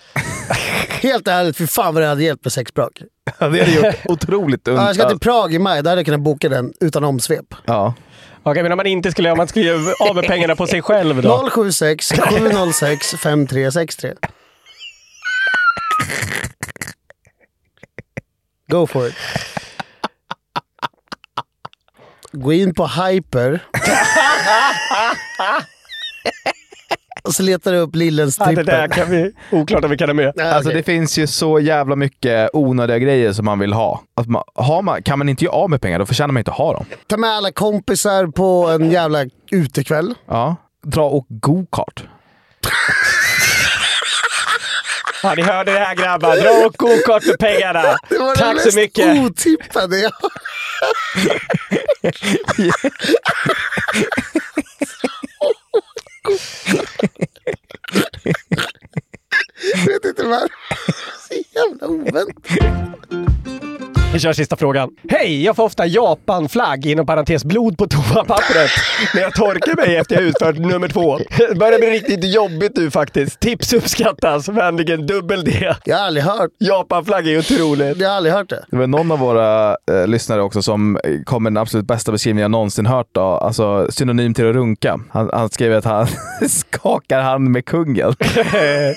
Speaker 1: Helt ärligt, fy fan vad det hade hjälpt med sex brak.
Speaker 3: Ja, det hade gjort otroligt ont.
Speaker 1: Ja, jag ska till Prag i maj, där hade jag kunnat boka den utan omsvep.
Speaker 3: Ja.
Speaker 2: Okej, men om man inte skulle om man skulle göra av med pengarna på sig själv då?
Speaker 1: 076 706 5363. Go for it. Gå in på Hyper. Och så letar du upp Lillens
Speaker 2: Ja, det där kan vi... Oklart om vi kan ha med.
Speaker 3: Alltså det finns ju så jävla mycket onödiga grejer som man vill ha. Att man, har man, kan man inte göra av med pengar, då förtjänar man inte att ha dem.
Speaker 1: Ta med alla kompisar på en jävla utekväll.
Speaker 3: Ja. Dra och go-kart.
Speaker 2: Ja, ni hörde det här grabbar. Dra och gokart för pengarna.
Speaker 1: Det var
Speaker 2: Tack
Speaker 1: det
Speaker 2: så mycket.
Speaker 1: mest otippade jag Jag vet inte varför. Så jävla oväntat.
Speaker 2: Vi kör sista frågan. Hej! Jag får ofta Japan-flagg, inom parentes blod, på toapappret när jag torkar mig efter jag utfört nummer två. Det börjar bli riktigt jobbigt nu faktiskt. Tips uppskattas. Vänligen dubbel D.
Speaker 1: Jag har aldrig hört.
Speaker 2: Japan-flagg är ju otroligt.
Speaker 1: Jag har aldrig hört det.
Speaker 3: Det var någon av våra eh, lyssnare också som eh, kom med den absolut bästa beskrivningen jag någonsin hört. Då. Alltså synonym till att runka. Han, han skrev att han skakar hand med kungen. det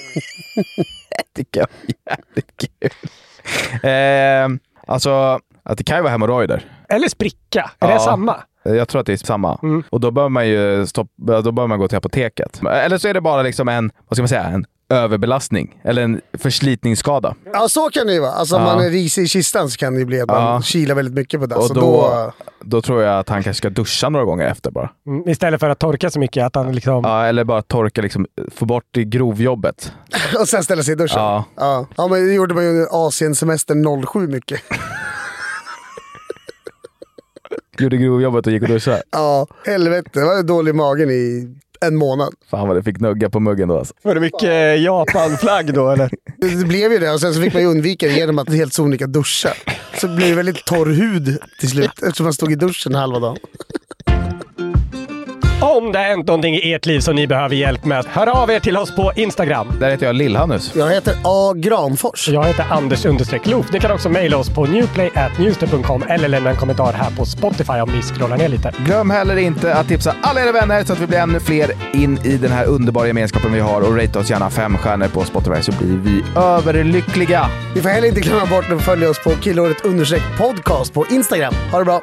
Speaker 3: tycker jag är jävligt kul. Eh, alltså, att det kan ju vara hemorrojder.
Speaker 2: Eller spricka. Är
Speaker 3: Ja.
Speaker 2: det samma? Mm.
Speaker 3: Jag tror att det är samma. Och då bör man ju stopp, då bör man gå till apoteket. Eller så är det bara liksom en, vad ska man säga, en överbelastning eller en förslitningsskada.
Speaker 1: Ja, så kan det ju vara. Alltså om
Speaker 3: Ja.
Speaker 1: man är risig i kistan så kan det ju bli att man
Speaker 3: Ja.
Speaker 1: kilar väldigt mycket på det.
Speaker 3: Och
Speaker 1: Så
Speaker 3: då, då... tror jag att han kanske ska duscha några gånger efter bara.
Speaker 2: Mm, Istället för att torka så mycket att han liksom...
Speaker 3: Ja, eller bara torka, liksom, få bort det grovjobbet.
Speaker 1: och sen ställa sig i duschen.
Speaker 3: Ja.
Speaker 1: Ja. ja, men det gjorde man ju under Asiensemestern 07 mycket.
Speaker 3: Gjorde grovjobbet och gick och duschade.
Speaker 1: Ja, helvete. Det var ju dålig i magen i en månad.
Speaker 3: Fan vad det fick nugga på muggen då alltså.
Speaker 2: Var det mycket eh, Japan-flagg då eller?
Speaker 1: Det blev ju det och sen så fick man ju undvika det genom att helt sonika duscha. Så det blev väldigt torr hud till slut eftersom man stod i duschen halva dagen.
Speaker 2: Om det har hänt någonting i ert liv som ni behöver hjälp med, hör av er till oss på Instagram.
Speaker 3: Där heter jag Lillhannes.
Speaker 1: Jag heter A. Granfors.
Speaker 2: Jag heter Anders understreck Loof. Ni kan också mejla oss på newplay.newster.com eller lämna en kommentar här på Spotify om ni scrollar ner lite.
Speaker 3: Glöm heller inte att tipsa alla era vänner så att vi blir ännu fler in i den här underbara gemenskapen vi har. Och rate oss gärna fem stjärnor på Spotify så blir vi överlyckliga.
Speaker 1: Ni får heller inte glömma bort att följa oss på killåret understreck podcast på Instagram. Ha det bra!